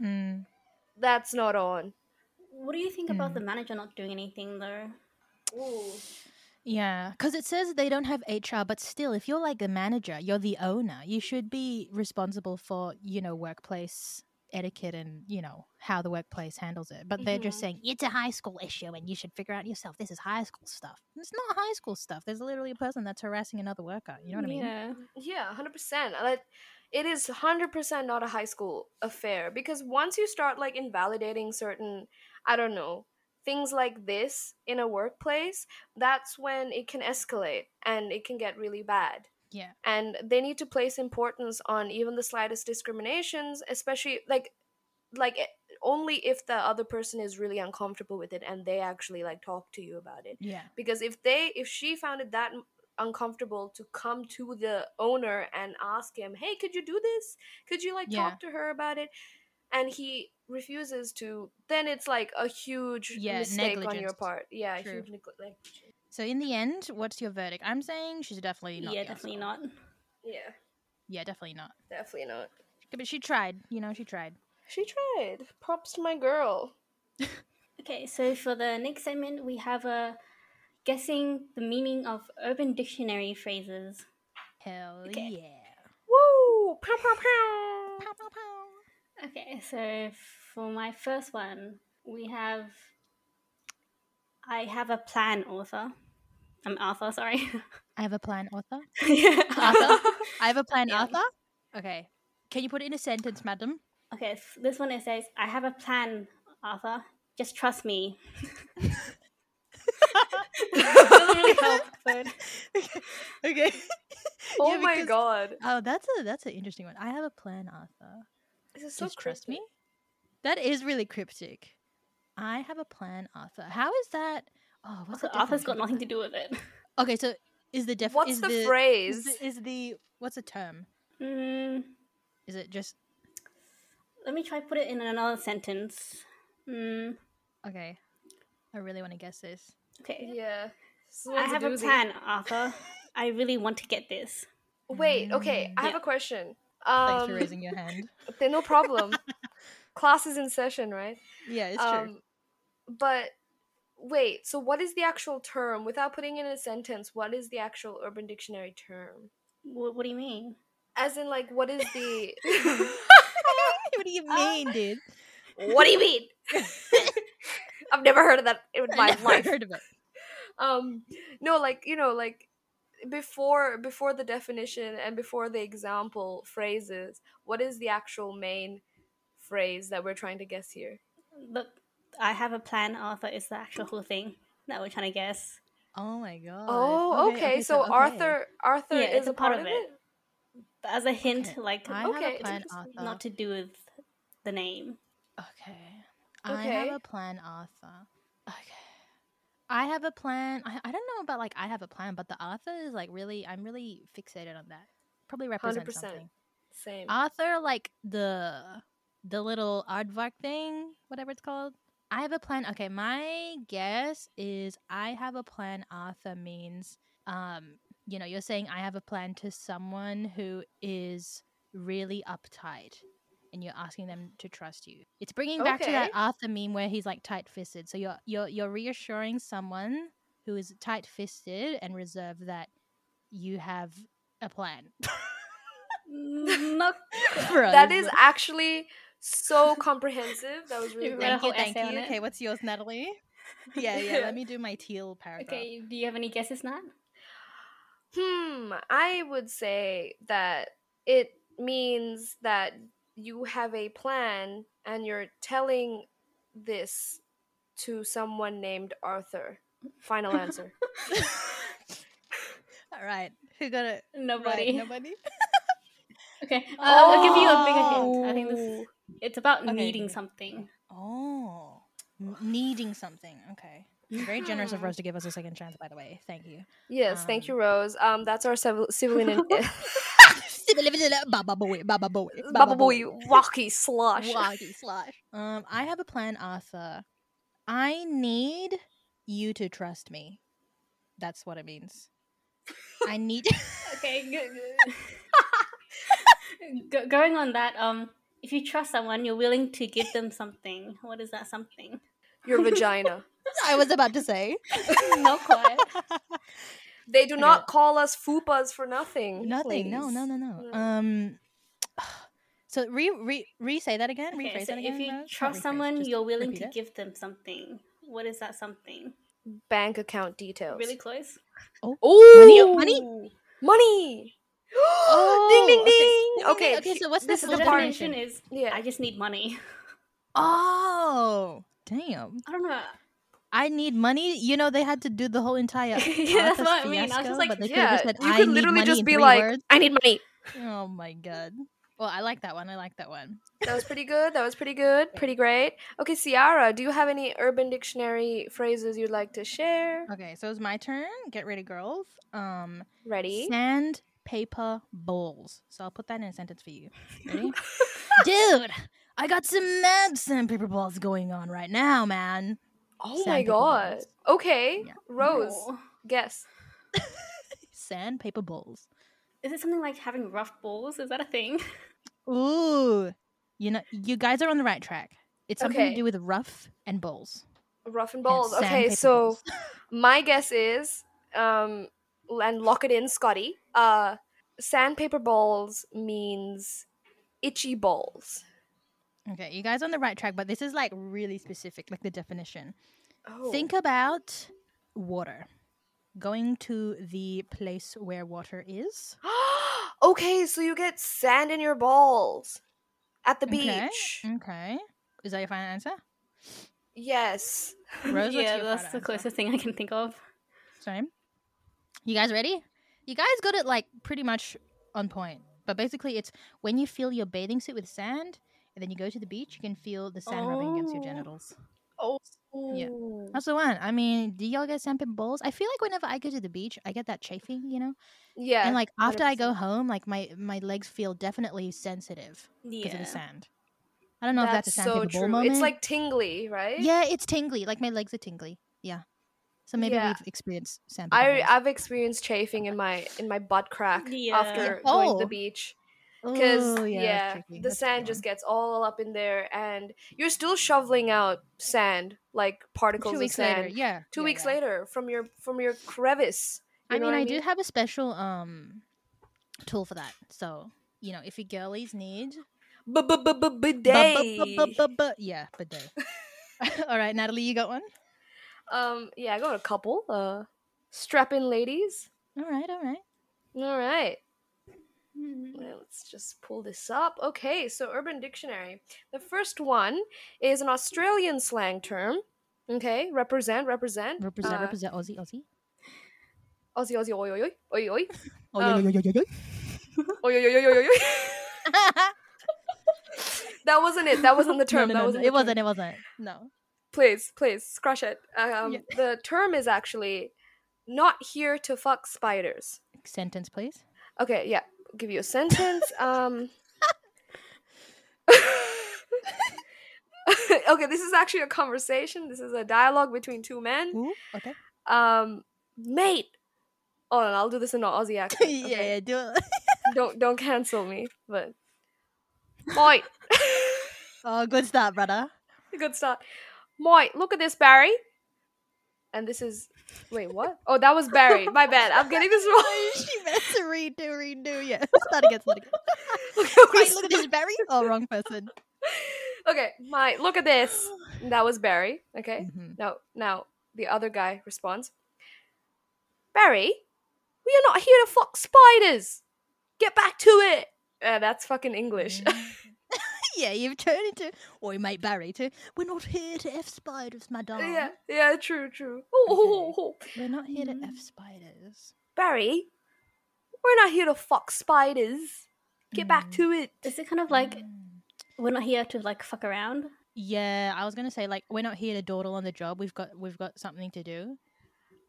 Mm.
that's not on.
What do you think about
Mm.
the manager not doing anything though?
Ooh.
Yeah, because it says they don't have HR, but still, if you're like the manager, you're the owner, you should be responsible for, you know, workplace etiquette and, you know, how the workplace handles it. But they're
Mm-hmm.
just
Mhm.
saying it's a high school issue and you should figure out yourself. This is high school stuff. It's not high school stuff. There's literally a person that's harassing another worker. You know what I mean?
Yeah.
Yeah, hundred percent. Like, it is hundred percent not a high school affair because once you start like invalidating certain, I don't know, things like this in a workplace, that's when it can escalate and it can get really bad.
Yeah.
And they need to place importance on even the slightest discriminations, especially like, like eh, only if the other person is really uncomfortable with it and they actually like talk to you about it
Yeah.
because if they if she found it that uncomfortable to come to the owner and ask him hey could you do this could you like
Yeah.
talk to her about it and he refuses to then it's like a huge
Yeah,
mistake on your
negligence.
part yeah
True.
huge negli- like
So in the end, what's your verdict? I'm saying she's definitely not.
yeah,
the
definitely
asshole.
not.
yeah
Yeah, definitely not.
definitely not
But she tried. You know, she tried.
she tried props to my girl
Okay, so for the next segment, we have a guessing the meaning of Urban Dictionary phrases.
Hell
Okay.
yeah.
woo pow pow pow
Pow, pow, pow.
Okay, so for my first one, we have I have a plan, author. I'm Arthur, sorry.
I have a plan, author.
yeah,
Arthur? I have a plan,
Yeah.
Arthur. Okay. Can you put it in a sentence, madam?
Okay, f- this one it says, I have a plan, Arthur. Just trust me. It doesn't really help, but
okay.
oh
Yeah,
my
because-
god
Oh, that's a that's an interesting one. I have a plan, Arthur.
this is so
Just trust me.
crazy
That is really cryptic. I have a plan, Arthur. How is that? Oh, what's the
Arthur's
definition
got
of
nothing
that?
to do with it.
Okay, so is the def?
what's
is
the,
Is
phrase
the, is the what's the term?
Mm,
Is it just
let me try put it in another sentence. Mm,
okay? I really want to guess this.
okay.
yeah This
I
one's
have a,
doozy.
plan, Arthur. I really want to get this.
wait okay i have
Yeah.
a question
Thanks for
um
raising your hand.
Okay, no problem. Class is in session, right?
Yeah, it's
um,
true.
But wait, so what is the actual term? Without putting it in a sentence, what is the actual Urban Dictionary term?
What, what do you mean?
As in, like, what is the?
what do you
uh,
mean, dude?
what do you mean? I've never heard of that in
I
my
never
life.
heard of it.
um no like you know like before before the definition and before the example phrases what is the actual main phrase that we're trying to guess here
Look, I have a plan, Arthur, is the actual whole thing that we're trying to guess.
Oh my god.
oh okay, so,
okay.
arthur arthur
Yeah,
is a part, of it,
But as a hint,
Okay,
like,
I
Okay,
have a
it's
plan,
interesting.
Arthur.
not to do with the name.
Okay. I
Okay.
have a plan, Arthur. Okay. I have a plan. I, I don't know about like I have a plan, but the Arthur is like really I'm really fixated on that. Probably represents
100%.
something.
same
Arthur, like the the little aardvark thing, whatever it's called. I have a plan. Okay, my guess is I have a plan. Arthur means, um, you know, you're saying I have a plan to someone who is really uptight and you're asking them to trust you. It's bringing back to that
Okay.
Arthur meme where he's like tight fisted. So you're you're you're reassuring someone who is tight fisted and reserved that you have a plan.
Not
for
That
us.
is actually so comprehensive. That was really
You
good.
read a
thank you,
whole
thank
essay on
you.
it.
Okay, what's yours, Natalie? Yeah, yeah.
Yeah.
let me do my teal paragraph.
okay. Do you have any guesses, Nat?
Hmm, I would say that it means that you have a plan and you're telling this to someone named Arthur. Final answer.
All right, who got it?
Nobody.
Right, nobody.
Okay. Uh, I'll give you a bigger hint. I think this is,
Oh.
it's about
Okay,
needing
okay.
something.
Oh, m- needing something. Okay. Very generous of
Hmm.
Rose to give us a second chance, by the way. Thank you.
Yes, thank
Um,
you, Rose. Um, that's our civil- civilian
Baba boy, baba boy,
Baba boy walkie slosh.
Woggy slosh. Um, I have a plan, Arthur. I need you to trust me. That's what it means. I need.
Okay. Good. Go- going on that, um, if you trust someone, you're willing to give them something. What is that something?
Your vagina.
I was about to say.
Not quite.
They do not call us fupas for nothing.
Nothing. No, no,
ladies.
no, no.
Yeah.
Um. So re re re say that again.
Okay,
Rephrase
so
that again.
if you
Rose? Not
trust
rephrase,
someone,
just
you're willing
repeat
to
it.
give them something. What is that something?
Bank account details.
Really close.
Oh,
Money?
money.
Oh,
ding, ding,
okay.
ding.
Okay,
Okay,
okay, so what's
this
the
is
The
the
part-
part.
definition is
Yeah.
I just need money.
Oh, damn!
I don't know.
I need money. You know they had to do the whole entire.
Yeah, that's
Arthur
what I mean. I was just
fiasco,
like,
but they could've
yeah,
just said,
you
"I
could
need
literally
money"
just
in
be
three
like,
words.
"I need money."
"Oh my god!" Well, I like that one. I like that one.
That was pretty good. That was pretty good. Pretty great. Okay, Ciara, do you have any Urban Dictionary phrases you'd like to share?
Okay, so it's my turn. Get ready, girls. Um,
Ready?
sand, paper, balls. So I'll put that in a sentence for you. Ready? Dude, I got some mad sandpaper balls going on right now, man.
Oh my
Sandpaper
god.
balls.
Okay,
Yeah.
Rose,
No.
guess.
Sandpaper balls.
Is it something like having rough balls? Is that a thing?
Ooh, you know, you guys are on the right track. It's something
Okay.
to do with rough and balls.
Rough and
and
balls. okay,
sandpaper
so
balls.
my guess is, um, and lock it in, Scotty. Uh, sandpaper balls means itchy balls.
okay, you guys are on the right track, but this is like really specific, like the definition.
Oh.
Think about water. Going to the place where water is.
okay, so you get sand in your balls at the
Okay.
beach.
Okay. Is that your final answer?
Yes.
Rose, what's
yeah,
your final
that's the
answer?
closest thing I can think of.
Same. You guys ready? You guys got it like pretty much on point. But basically, it's when you fill your bathing suit with sand, and then you go to the beach, you can feel the sand rubbing against your
Oh.
genitals. Yeah.
Ooh.
That's the one. I mean, do y'all get sandpaper balls? I feel like whenever I go to the beach, I get that chafing, you know.
Yeah.
and like after I go home, like my my legs feel definitely sensitive because of
Yeah.
the sand. I don't know if that's a sandpaper ball moment.
It's like tingly, right?
yeah, it's tingly. Like my legs are tingly. Yeah. So maybe
Yeah.
we've experienced sandpaper.
I
balls.
I've experienced chafing in my in my butt crack
Yeah.
after going to
Oh.
the beach because
Ooh,
yeah,
Oh, that's tricky.
the
That's a tricky
sand just
one.
gets all up in there and you're still shoveling out sand like particles
two
of
weeks
sand
later. Yeah,
two
yeah,
weeks
yeah.
later from your from your crevice You
I
know
mean,
what
I do have a special um tool for that. So you know, if you girlies need bu- bu- bu- bu-
bidet.
bu- bu- yeah, bidet. All right, Natalie, you got one.
Um, yeah, I got a couple. Uh, strap in ladies.
All right, all right.
All right.
Hmm.
Well, let's just pull this up. Okay, so Urban Dictionary. The first one is an Australian slang term. Okay, represent, represent.
Represent,
uh,
represent Aussie, Aussie.
Aussie, Aussie, oi, oi, oi, oi, oi,
Oh, yo,
um,
yo, yo, yo,
oi, oi, oi, oi, oi, oi.
yo.
That wasn't it. That wasn't the term.
No, no,
that
no,
wasn't
no,
the
it wasn't. It
term.
wasn't. No.
Please, please, crush it. Um,
Yeah.
The term is actually not here to fuck spiders.
Sentence, please.
Okay, yeah. Give you a sentence. um Okay, this is actually a conversation. This is a dialogue between two men.
Ooh, okay.
Um mate. Oh, and I'll do this in an Aussie accent.
yeah,
okay?
yeah, do it.
Don't don't cancel me, but Mate.
Oh, good start, brother.
Good start. Moi, look at this, Barry. And this is wait, what? Oh, that was Barry. My bad. I'm getting this wrong.
she meant to redo, redo. Yeah, start again, start again. Wait, look at this, Barry. Oh, wrong person.
okay, my look at this. That was Barry. Okay.
Mhm.
Now now the other guy responds. Barry, we are not here to fuck spiders. Get back to it. Uh, that's fucking English.
yeah, you've turned into, or you mate Barry too. We're not here to f spiders, madame.
yeah, yeah, true, true. Oh, oh, oh, oh.
We're not here to f
Mm.
spiders.
Barry, we're not here to fuck spiders. Get back to it.
Is it kind of like
Mm.
we're not here to like fuck around?
Yeah, I was gonna say like we're not here to dawdle on the job. We've got we've got something to do.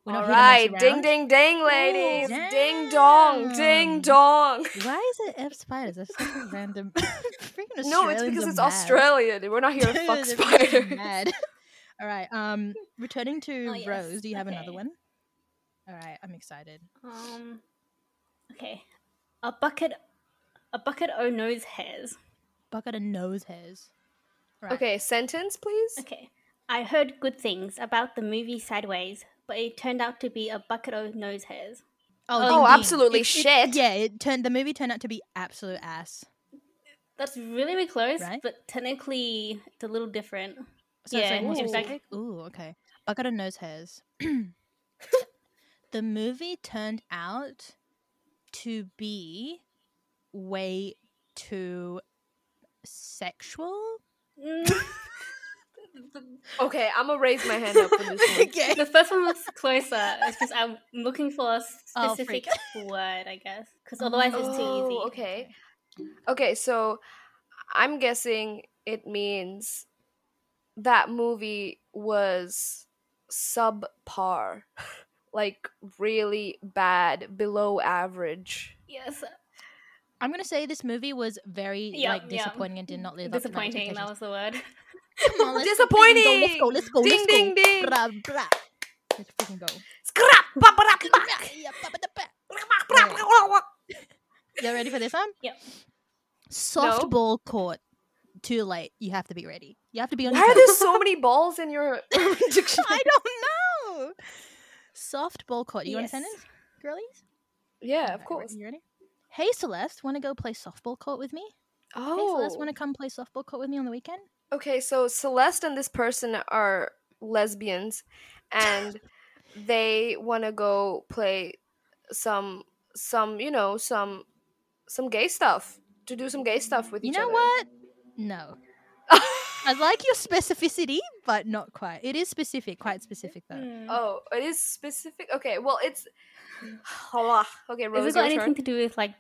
We're not here
All
to mess
right, ding,
around.
ding, ding, ladies,
Ooh,
ding, dong, ding,
damn.
dong.
Why is it F spiders? That's such a random. Freaking
No, it's
Australians
because
are
it's
mad.
Australian. We're not here to fuck
They're freaking
spiders.
mad. All right. Um, returning to
Oh, yes,
Rose. Do you have another
okay.
one? All right. I'm excited.
Um, okay, a bucket, a bucket o nose hairs.
Bucket of nose hairs. Right.
Okay, sentence, please.
Okay, I heard good things about the movie Sideways, but it turned out to be a bucket o nose hairs.
ding,
Oh,
ding.
absolutely
It- it-
shit.
yeah. It turned. The movie turned out to be absolute ass.
That's really close,
Right.
but technically it's a little different.
So it's
Yeah,
like more
ooh.
specific. Ooh, okay. Bucket of nose hairs. the movie turned out to be way too sexual.
Mm. The-
Okay, I'm gonna raise my hand up for this one.
okay.
the first one was closer. It's just I'm looking for a
Oh,
specific word, I guess, because
Oh,
otherwise it's too
oh,
easy.
okay. Okay, so I'm guessing it means that movie was subpar, like really bad, below average.
Yes,
I'm gonna say this movie was very
Yeah,
like
yeah.
disappointing and did not live up to my
disappointing. That
expectations.
was the word.
Come on, let's go, freaking go, Let's go. Let's go.
Ding,
let's go.
ding, ding.
Brah, brah. Let's freaking go.
Scrap, bap, bap, bap,
Yeah, ba, ba, da, ba.
bap, bap,
Okay.
wah, wah.
You ready for this one?
Yep.
Softball court. Too late. You have to be ready. You have to be on.
Why
your
are
toes.
there so many balls in your
I
dictionary?
don't know. Softball court. You want a
Yes.
sentence, girlies?
Yeah,
Alright,
of
re-
course.
You ready? Hey Celeste, want to go play softball court with me? Hey
Oh,
Celeste, want to come play softball court with me on the weekend?
okay. So Celeste and this person are lesbians, and they want to go play some some you know some some gay stuff to do some gay stuff with
You
each
know
other.
what? No. I like your specificity, but not quite. It is specific, quite specific though.
Hmm.
oh, it is specific. Okay, well it's. Allah. Okay,
Has
Rose,
it got
your turn.
anything to do with like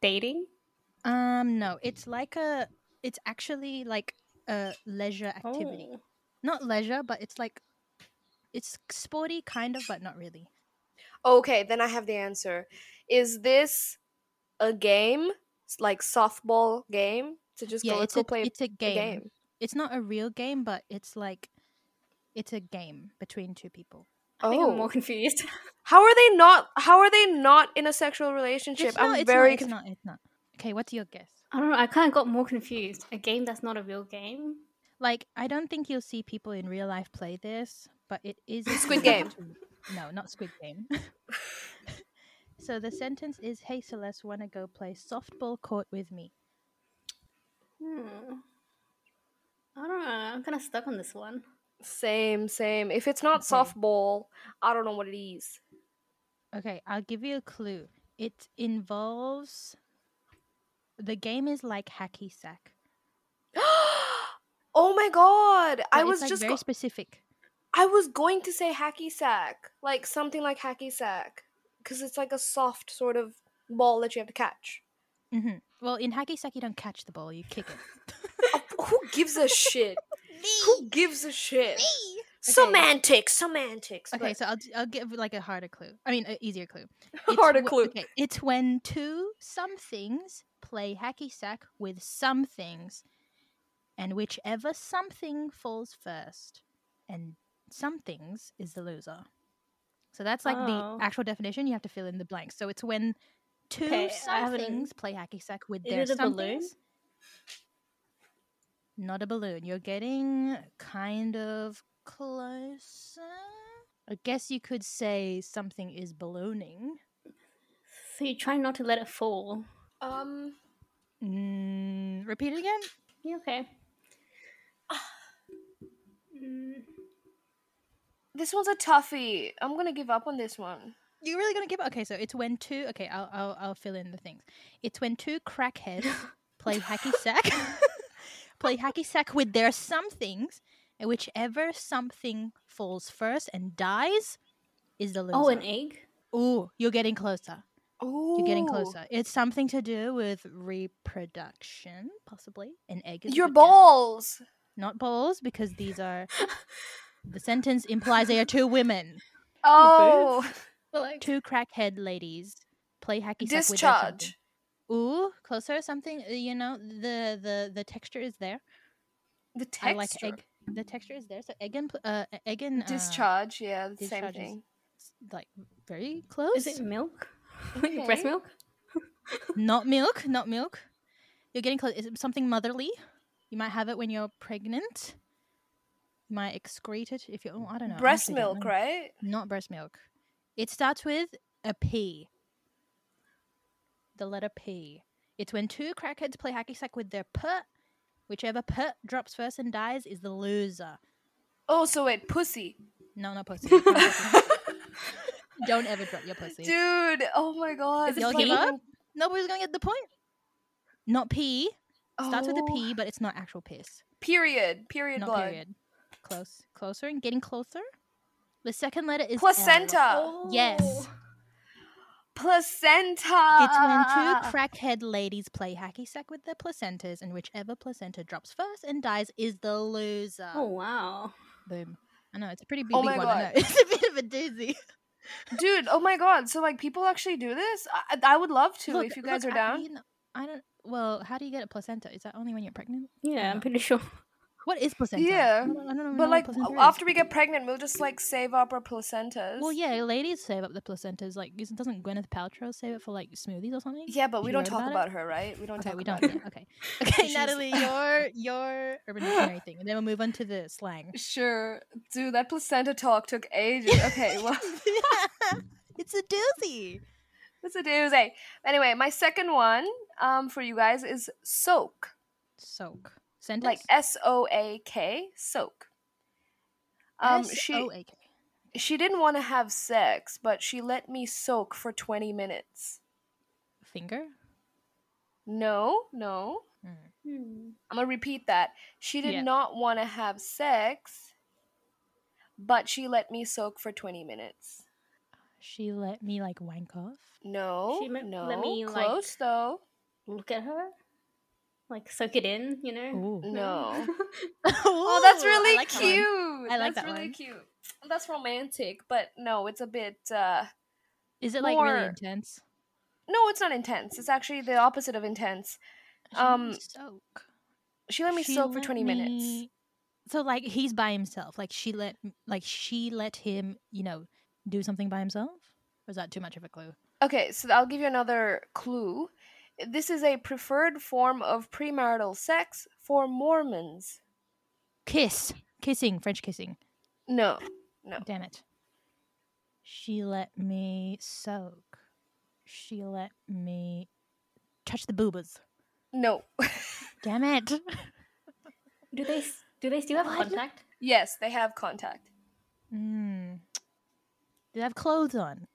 dating?
Um, no, it's like a, it's actually like a leisure activity.
Oh.
Not leisure, but it's like, it's sporty kind of, but not really.
Okay, then I have the answer. Is this a game? It's like softball game to just
yeah,
go let's
it's
go
a,
play
it's a
a
game. It's not a real game, but it's like, it's a game between two people.
I think I'm
Oh,
more confused.
how are they not? How are they not in a sexual relationship?
It's not,
I'm
it's
very
not, it's
conf-
not, it's not. Okay, what's your guess?
I don't know. I kind of got more confused. A game that's not a real game.
Like, I don't think you'll see people in real life play this, but it is a
Squid
similar to- no, not Squid Game. so the sentence is, "Hey Celeste, wanna go play softball court with me?"
Hmm. I don't know. I'm kind of stuck on this one.
same, same. If it's not
Okay.
softball, I don't know what it is.
Okay, I'll give you a clue. It involves the game is like hacky sack.
oh my god!
but
I
it's,
was
like,
just
very
go-
specific.
I was going to say hacky sack, like something like hacky sack, because it's like a soft sort of ball that you have to catch.
hmm Well, in hacky sack, you don't catch the ball; you kick it.
Who gives a shit? Who gives a shit? Semantics, semantics.
Okay,
but-
so I'll, d- I'll give like a harder clue. I mean, a easier clue.
Harder
whe-
clue.
Okay, it's when two some things play hacky sack with some things, and whichever something falls first, and some things is the loser. So that's like
Oh.
the actual definition. You have to fill in the blanks. So it's when two
Okay, I
some
haven't-
things play hacky sack with
Is
their
it a
some
balloon?
things. Not a balloon. You're getting kind of closer. I guess you could say something is ballooning.
So you try not to let it fall.
Um,
Mm, repeat it again.
Yeah, okay. Mm,
this one's a toughie. I'm gonna give up on this one.
You're really gonna give up? Okay, so it's when two. Okay, I'll I'll, I'll fill in the things. It's when two crackheads play hacky sack, play hacky sack with their somethings, and whichever something falls first and dies is the loser.
oh, an egg?
Ooh, you're getting closer.
Oh,
You're getting closer. It's something to do with reproduction, possibly. An egg is a
Your
good guess.
balls.
not balls, because these are. the sentence implies they are two women.
Oh,
But like,
two crackhead ladies play hacky sack with their children.
discharge.
Ooh, closer something. uh, You know the the the texture is there.
The texture.
I like egg. The texture is there. So egg and pl- uh, uh, egg and uh,
Discharge. Yeah, the same
discharge is-
thing.
s- Like very close.
is it milk? Like Breast
Okay.
milk?
not milk? Not milk. You're getting close. Is it something motherly? You might have it when you're pregnant. You might excrete it if you. Oh, I don't know. I
Breast
honestly don't
milk,
know.
right?
Not breast milk. It starts with a P. The letter P. It's when two crackheads play hacky sack with their put. Whichever put drops first and dies is the loser.
Oh, so wait, pussy.
No, not pussy. Don't drop your pussy. Don't ever drop your pussy.
Dude, oh my god.
Is it
Y'all
P?
give up? Nobody's gonna get the point. Not P. Starts with a
Oh,
P, but it's not actual piss.
Period. Period
not
blood.
period. Close, closer, and getting closer. The second letter is L.
Placenta.
Uh,
Yes.
Placenta.
It's when
Ah,
two crackhead ladies play hacky sack with their placentas, and whichever placenta drops first and dies is the loser.
Oh, wow.
Boom. I know, it's a pretty big,
Oh
big
my
one. I know. It's a bit of a doozy.
Dude, oh my god. So like people actually do this? I, I would love to
Look-
if you guys
look,
are
I-
down.
you know, I don't. Well, how do you get a placenta? Is that only when you're pregnant?
Yeah, I'm pretty sure.
What is placenta?
Yeah,
I don't, I don't even know
but
what
like
placenta is.
after we get pregnant, we'll just like save up our placentas.
Well, yeah, ladies save up the placentas. Like, isn't- doesn't Gwyneth Paltrow save it for like smoothies or something?
Yeah, but we
She
don't
wrote
talk
about it?
about her, right? We don't
Okay,
talk
we
about
don't.
her.
Yeah, okay, okay,
She's-
Natalie, your your urban dictionary thing, and then we'll move on to the slang.
Sure. Dude, that placenta talk took ages. Okay, well
it's a doozy.
that's a doozy. Anyway, my second one um for you guys is soak.
Soak. Sentence.
Like S O A K soak. Um she
S-O-A-K.
she didn't want to have sex, but she let me soak for twenty minutes.
Finger.
No, no.
Mm.
Hmm.
I'm gonna repeat that. She did
Yeah.
not want to have sex, but she let me soak for 20 minutes.
She let me like wank off.
No,
She meant
no,
let me, like-
close though.
Look at her. Like, soak it in, you know?
Ooh.
No. Eh. Oh, that's really cute.
I like
that's
that
really
one.
cute. That's romantic, but no, it's a bit. uh
Is it like really
More.
intense?
No, it's not intense. It's actually the opposite of intense.
She let me
Um,
soak.
She let me
She
soak for
let
20 minutes.
me- So like he's by himself. Like she let like she let him, you know, do something by himself. Or is that too much of a clue?
Okay, so I'll give you another clue. This is a preferred form of premarital sex for Mormons.
Kiss, kissing, French kissing.
No, no.
Damn it. She let me soak. She let me touch the boobas.
No.
Damn it.
Do they s- do they still have
What?
contact?
yes, they have contact.
Mm. Did I have clothes on?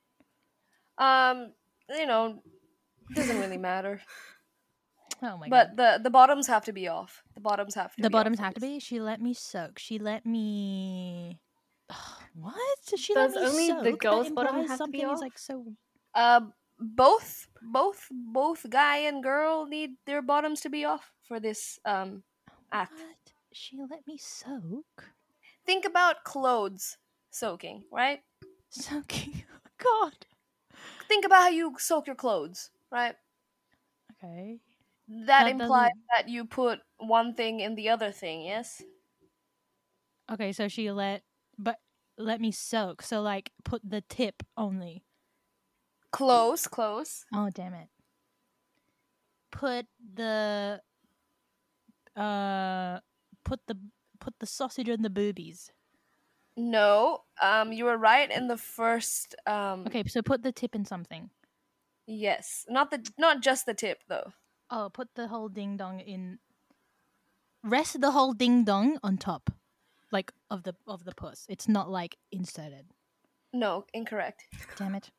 Um, you know, doesn't really matter.
Oh my
but
god.
the the bottoms have to be off. The bottoms have to.
The
be off
bottoms
for
have to
this.
be. She let me soak. She let me. What? She
Does
let me
only the
soak? That
girl's bottom
implies
have to be
something is
off?
like so.
Uh, both both both guy and girl need their bottoms to be off for this um
What?
act.
She let me soak.
Think about clothes soaking, right?
Soaking. God.
Think about how you soak your clothes, right?
Okay.
That,
That
implies
doesn't-
that you put one thing in the other thing, yes?
Okay, so she let but let me soak. So like put the tip only.
Close, close.
Oh damn it. Put the uh put the put the sausage in the boobies.
No, um, you were right in the first. Um,
Okay, so put the tip in something.
Yes, not the not just the tip though.
Oh, put the whole ding dong in. Rest the whole ding dong on top, like of the of the puss. It's not like inserted.
No, incorrect.
Damn it!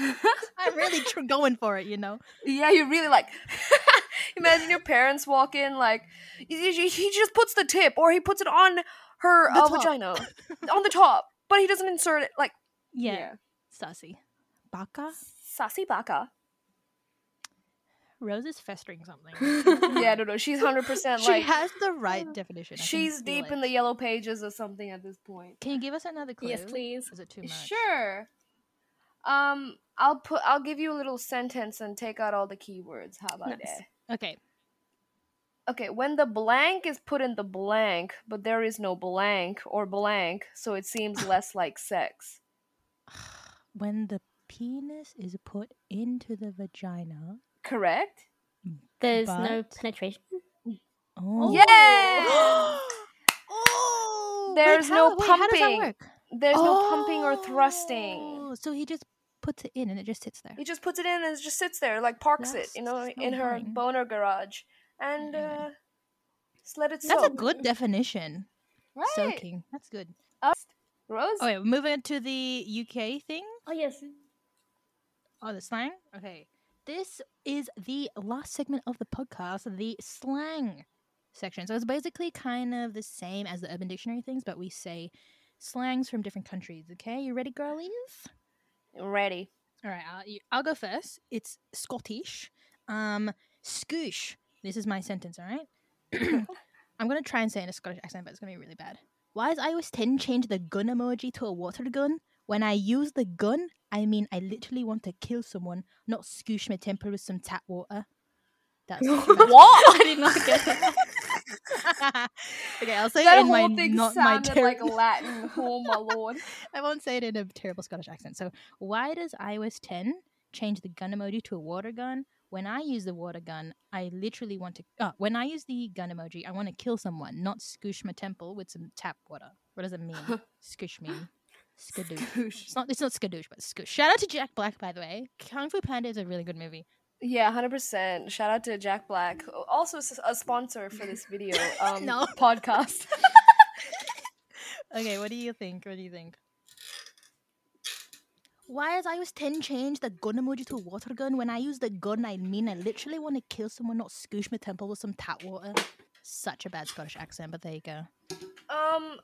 I'm really tr- going for it, you know.
Yeah, you really like. Imagine your parents walk in like, he, he- he just puts the tip or he puts it on her
The
uh,
top.
vagina on the top, but he doesn't insert it. Like,
Yeah, sassy. Baka
sassy baka.
Rose is festering something.
Yeah, no, no, she's hundred percent
she
like uh,
has the right definition. I can
she's
feel
deep
it.
in the yellow pages or something at this point.
Can you give us another clue?
yes, please.
Is it too much?
Sure. Um, I'll put I'll give you a little sentence and take out all the keywords. How about
Nice.
that?
Okay.
Okay, when the blank is put in the blank, but there is no blank or blank, so it seems less like sex.
When the penis is put into the vagina.
Correct?
There's no
But-
penetration.
Oh.
Yeah!
oh.
There's no
how does that
pumping.
work?
There's no pumping or thrusting.
Oh, So he just puts it in and it just sits there.
He just puts it in and it just sits there, like parks it, you know,
That's so
in her
boring.
boner garage. And
Mhm.
uh, just let it soak.
That's a good definition.
right?
Soaking. That's good.
Uh, Rose?
Oh, wait, moving on to the UK thing.
Oh yes.
Oh, the slang? Okay. This is the last segment of the podcast, the slang section. So it's basically kind of the same as the Urban Dictionary things, but we say slangs from different countries. Okay, you ready, girlies?
Ready.
All right, I'll, you- I'll go first. It's Scottish. Um, scoosh. This is my sentence, all right? I'm going to try and say it in a Scottish accent, but it's going to be really bad. Why is iOS 10 change the gun emoji to a water gun? When I use the gun, I mean I literally want to kill someone, not scoosh my temple with some tap water. That's
What? I did not get that.
okay, I'll say
that
it in my
whole thing
not my
sounded like
terrible-
Latin. Oh my lord.
I won't say it in a terrible Scottish accent. So, why does iOS 10 change the gun emoji to a water gun? When I use the water gun, I literally want to. Oh, when I use the gun emoji, I want to kill someone, not scoosh my temple with some tap water. What does it mean? scoosh mean? Skadoosh. It's not. It's not skadoosh, but scoosh. Shout out to Jack Black, by the way. Kung Fu Panda is a really good movie.
Yeah, hundred percent. Shout out to Jack Black, also s- a sponsor for this video um,
No.
podcast.
Okay, what do you think? What do you think? Why has iOS 10 changed the gun emoji to a water gun? When I use the gun, I mean I literally want to kill someone, not scoosh my temple with some tap water. Such a bad Scottish accent, but there you go.
Um,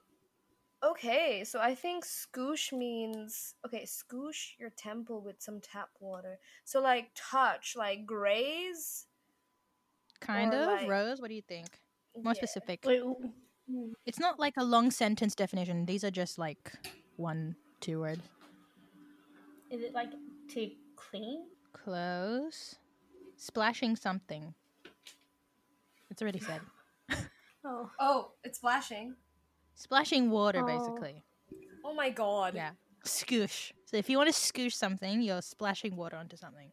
okay, so I think scoosh means okay, scoosh your temple with some tap water. So like touch, like graze.
Kind
Or
of.
like-
Rose, what do you think? More
Yeah.
specific.
Wait, w-
It's not like a long sentence definition. These are just like one, two word.
is it like to clean?
Close. Splashing something. It's already said.
Oh.
Oh, it's flashing.
Splashing water,
Oh.
basically.
Oh my god.
Yeah. Scoosh. So if you want to scoosh something, you're splashing water onto something.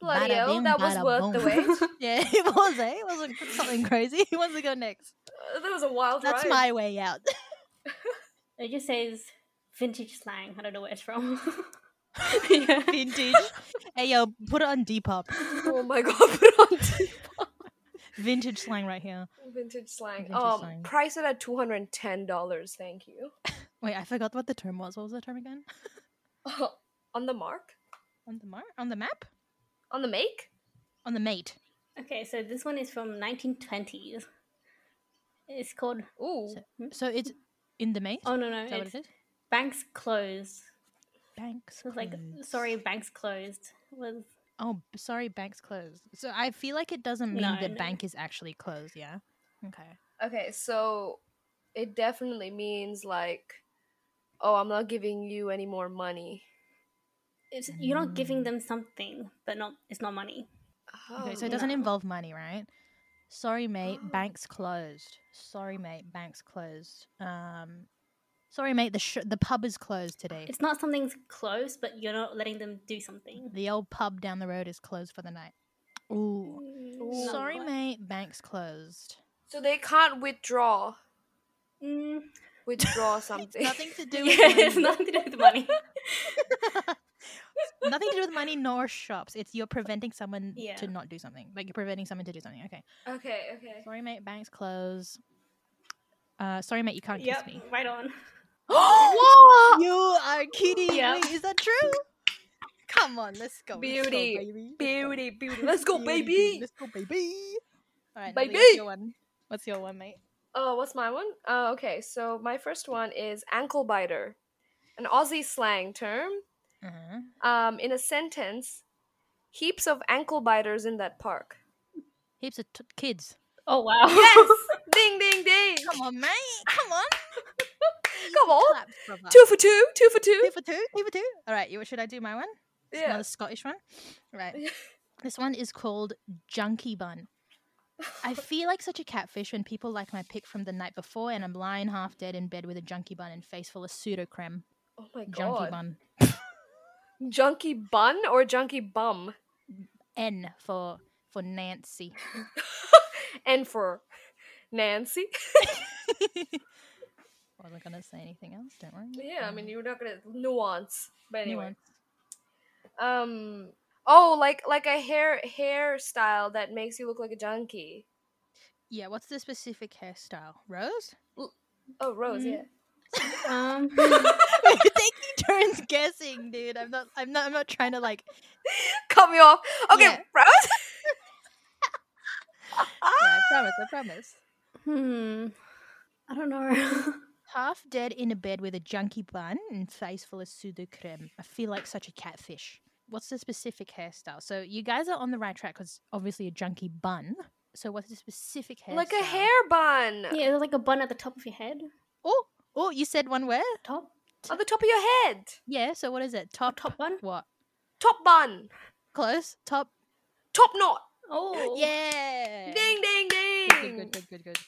Bloody
Bada
hell,
bing,
that was
bada
worth the
boom.
wait.
Yeah, it was, eh? It was like, something crazy. He wants to go next.
Uh, that was a wild
That's
ride.
my way out.
It just says vintage slang. I don't know where it's from. yeah.
Vintage. hey, yo, put it on Depop.
Oh my god, put on
Vintage slang right here.
vintage slang.
Vintage
um,
slang.
price it at two hundred and ten dollars. Thank you.
Wait, I forgot what the term was. What was the term again?
on the mark,
On the mar- on the map?
on the make.
On the mate.
Okay, so this one is from 1920s. It's called.
Ooh,
So it's in the mate?
Oh no no,
Hmm? is that what
it's
it is?
banks closed.
Banks.
So it's like
closed.
sorry, banks closed. Was
Oh, b- sorry, banks closed. So I feel like it doesn't mean
No,
the
no.
bank is actually closed, yeah? Okay.
Okay, so it definitely means like, oh, I'm not giving you any more money.
it's you're not
Mm.
giving them something, but not it's not money.
Okay, so
Oh,
it doesn't
no.
involve money, right? Sorry, mate,
Oh.
banks closed. Sorry, mate, banks closed. Um, sorry, mate, the sh- the pub is closed today.
It's not something's closed, but you're not letting them do something.
the old pub down the road is closed for the night. Ooh.
Ooh.
Not
Sorry,
quite.
mate, banks closed.
So they can't withdraw
Mm,
withdraw something.
Nothing to do with
yeah, it's
money.
nothing to do with money.
nothing to do with money nor shops. It's you're preventing someone
Yeah.
to not do something. Like you're preventing someone to do something. Okay.
Okay, okay.
Sorry, mate. Banks close. Uh, sorry, mate. You can't
yep,
kiss me.
right on.
what? You are kidding
Yep.
me. Is that true? Come on, let's go. Let's go,
Beauty.
baby. Let's go.
Beauty, beauty. Let's go,
Beauty,
baby.
Let's go, baby. All right,
Baby.
Natalie, what's your one? What's your one, mate?
Oh, what's my one? Oh, okay. So my first one is ankle biter, an Aussie slang term.
Uh-huh.
Um, in a sentence, heaps of ankle biters in that park.
Heaps of t- kids.
Oh wow.
Yes! ding, ding, ding.
Come on, mate. Come on.
Come on.
Claps, brother.
Oh, Two for two. Two for two.
Two for two. Two for two. All right, you, should I do my one? It's
Yeah.
Another Scottish one. Right. this one is called Junkie Bun. I feel like such a catfish when people like my pic from the night before and I'm lying half dead in bed with a junkie bun and face full of pseudo creme.
Oh my
Junkie
god.
bun.
Junkie bun or junkie bum?
N for for Nancy.
And for Nancy.
Wasn't gonna say anything else, don't worry.
Yeah, I mean
Um,
you're not gonna nuance. But anyway.
nuance.
Um oh like like a hair hairstyle that makes you look like a junkie.
Yeah, what's the specific hairstyle? Rose?
Oh Rose,
Mhm.
yeah.
Um,
We're taking turns guessing, dude. I'm not I'm not I'm not trying to like
Cut me off. Okay,
Yeah.
Rose.
Yeah, I promise, I promise.
hmm. I don't know.
Half dead in a bed with a junky bun and face full of pseudo creme. I feel like such a catfish. What's the specific hairstyle? So you guys are on the right track because obviously a junky bun. So what's the specific hairstyle?
Like a hair bun
yeah, there's like a bun at the top of your head.
Oh, oh, you said one word.
Top. Oh,
on the top of your head.
Yeah. So what is it? Top.
Top bun.
What?
Top bun.
Close. Top.
Top knot.
Oh.
Yeah.
Ding ding ding.
Good, good, good, good, good, good.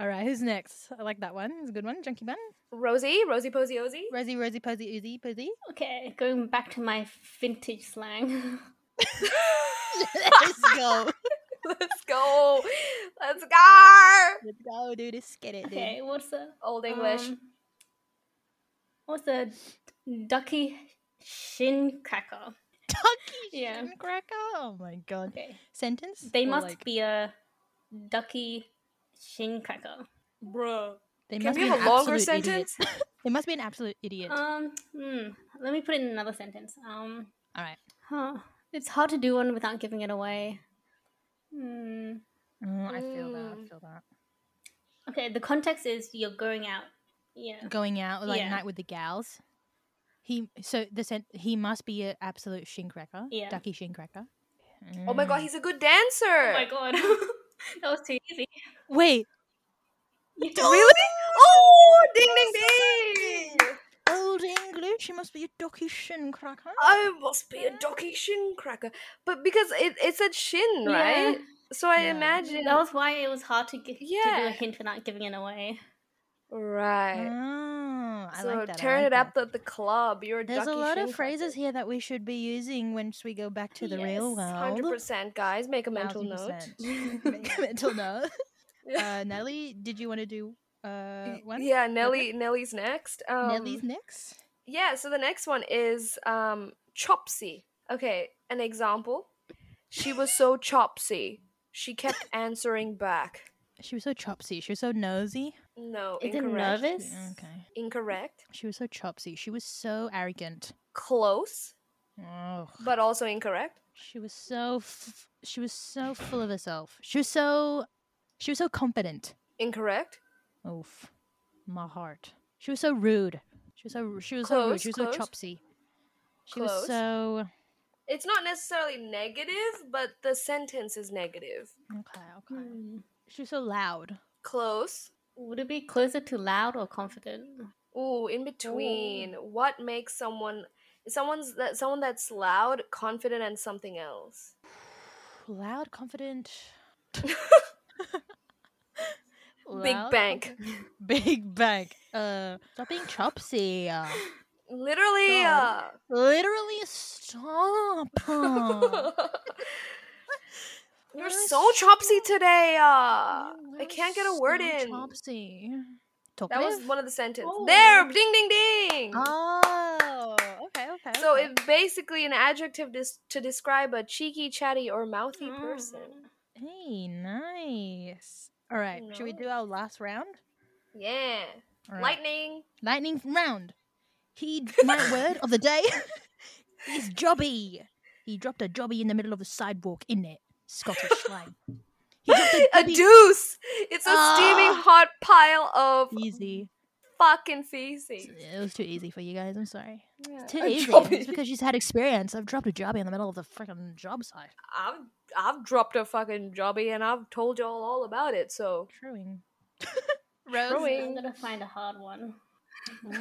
All right. Who's next? I like that one. It's a good one. Junky bun.
Rosie, Rosie Posy Ozy.
Rosie, Rosie, Posy, Uzi, Posy.
Okay, going back to my vintage slang.
Let's go.
Let's go. Let's go.
Let's go, dude. Let's get it, dude.
Okay, what's the
Old English.
um, what's the ducky shin cracker?
Ducky
Yeah.
shin cracker. Oh my god.
Okay,
Sentence?
they
Or,
must
like,
be a ducky shin cracker.
Bro.
They
Can
must
we
be
have
an
a longer
absolute
sentence? Uh,
Idiot. they must be an absolute idiot.
Um, hmm, let me put it in another sentence. Um,
All right.
huh, it's hard to do one without giving it away. Hmm.
Mm, I feel that. I
Mm.
feel that.
Okay, the context is you're going out. Yeah.
Going out like
Yeah.
night with the gals. He so the sent he must be an absolute shin cracker.
Yeah.
Ducky shin cracker.
Oh my god,
Mm.
he's a good dancer.
Oh my god, that was too easy.
Mm. Wait.
Really? Oh, ding ding ding!
Old English. He must be a ducky shin cracker.
I must be a docky shin cracker, but because it, it said shin, right?
Yeah.
So I
Yeah.
imagine
That was why it was hard to, gi- to do
Yeah.
a hint without giving it away.
right.
Oh, Mm, I
so
like that. I
turn
like
it
that.
up at the club. You're a
There's a
ducky
lot
shin
of phrases here that we should be using once we go back to the real
Yes,
world.
Hundred percent, guys. Make a mental note.
1000%. Mental note.
Yeah.
Uh, Nelly, did you want to do uh, one?
yeah, Nelly. Nelly's next. Um,
Nelly's next.
Yeah, so the next one is um chopsy. Okay, an example. She was so chopsy. She kept answering back.
She was so chopsy. She was so nosy.
No,
Is it
incorrect.
Yeah,
nervous?
Okay.
Incorrect.
She was so chopsy. She was so arrogant.
Close,
Oh.
but also incorrect.
She was so. F- she was so full of herself. She was so. She was so confident.
Incorrect.
Oof. My heart. She was so rude. She was so. She was so rude.
Close,
She was
close.
so chopsy. She
Close.
was so.
It's not necessarily negative, but the sentence is negative.
Okay. Okay. Mm, She was so loud.
Close.
Hmm. Would it be closer to loud or confident?
Ooh, in between. What makes someone someone's that someone that's loud, confident and something else?
Loud, confident.
Big
Loud,
bank.
Big bang. Uh, stop being chopsy. Uh,
Literally. uh,
God. Literally, stop.
uh,
Uh,
You're
really
so chopsy
strong.
today. Uh,
You
I
were
can't get a word
so
in.
Chopsy.
That was
Talkative?
one of the sentences.
Oh.
There, ding, ding, ding.
Oh, okay, okay.
so
okay.
it's basically an adjective dis- to describe a cheeky, chatty, or mouthy
Mm.
Hmm.
person.
Hey, nice. All right, should we do our last round?
Yeah.
All right.
Lightning.
Lightning round. He my word of the day is jobby. He dropped a jobby in the middle of the sidewalk in it. Scottish slang. He dropped
a
jobby-
deuce. It's a steaming
Ah.
hot pile of
Easy.
fucking feces.
It was too easy for you guys. I'm sorry.
Yeah.
It's too
A
easy.
jobby.
It's because she's had experience. I've dropped a jobby in the middle of the freaking job site.
I've I've dropped a fucking jobby and I've told y'all all about it. So
Truing.
Rose,
I'm gonna find a hard one.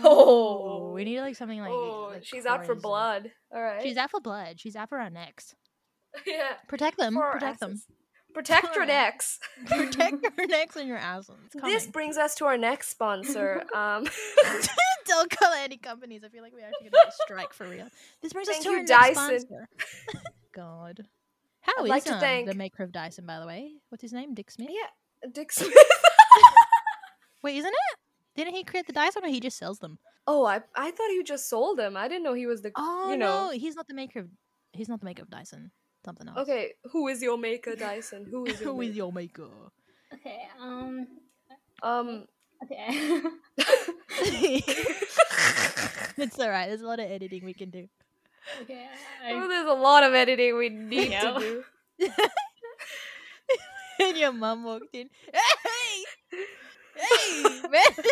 Oh.
Ooh, we need like something like.
oh,
like
she's out for
crazy.
blood. All right.
She's out for blood. She's out for our necks.
yeah.
Protect them.
for our
Protect them.
asses. Protect your
Alright.
necks.
Protect your necks and your asses. It's
This
coming.
brings us to our next sponsor. Um,
Don't call any companies. I feel like we're actually gonna have a strike for real. This brings us
Thank
to
you,
our
Dyson.
next sponsor. God, how is
I'd like to
um, the
thank-
maker of Dyson? By the way, what's his name? Dick Smith.
yeah, Dick Smith.
Wait, isn't it? Didn't he create the Dyson, or he just sells them?
Oh, I I thought he just sold them. I didn't know he was the.
Oh
You
no,
know.
he's not the maker of. He's not the maker of Dyson. Something else.
Okay, who is your maker, Dyson? Who is your?
Who is
maker?
your maker?
Okay, um,
Um,
okay.
it's all right. There's a lot of editing we can do.
okay,
oh,
I,
there's a lot of editing we need to
Yeah.
do.
and your mum walked in. Hey, hey, man.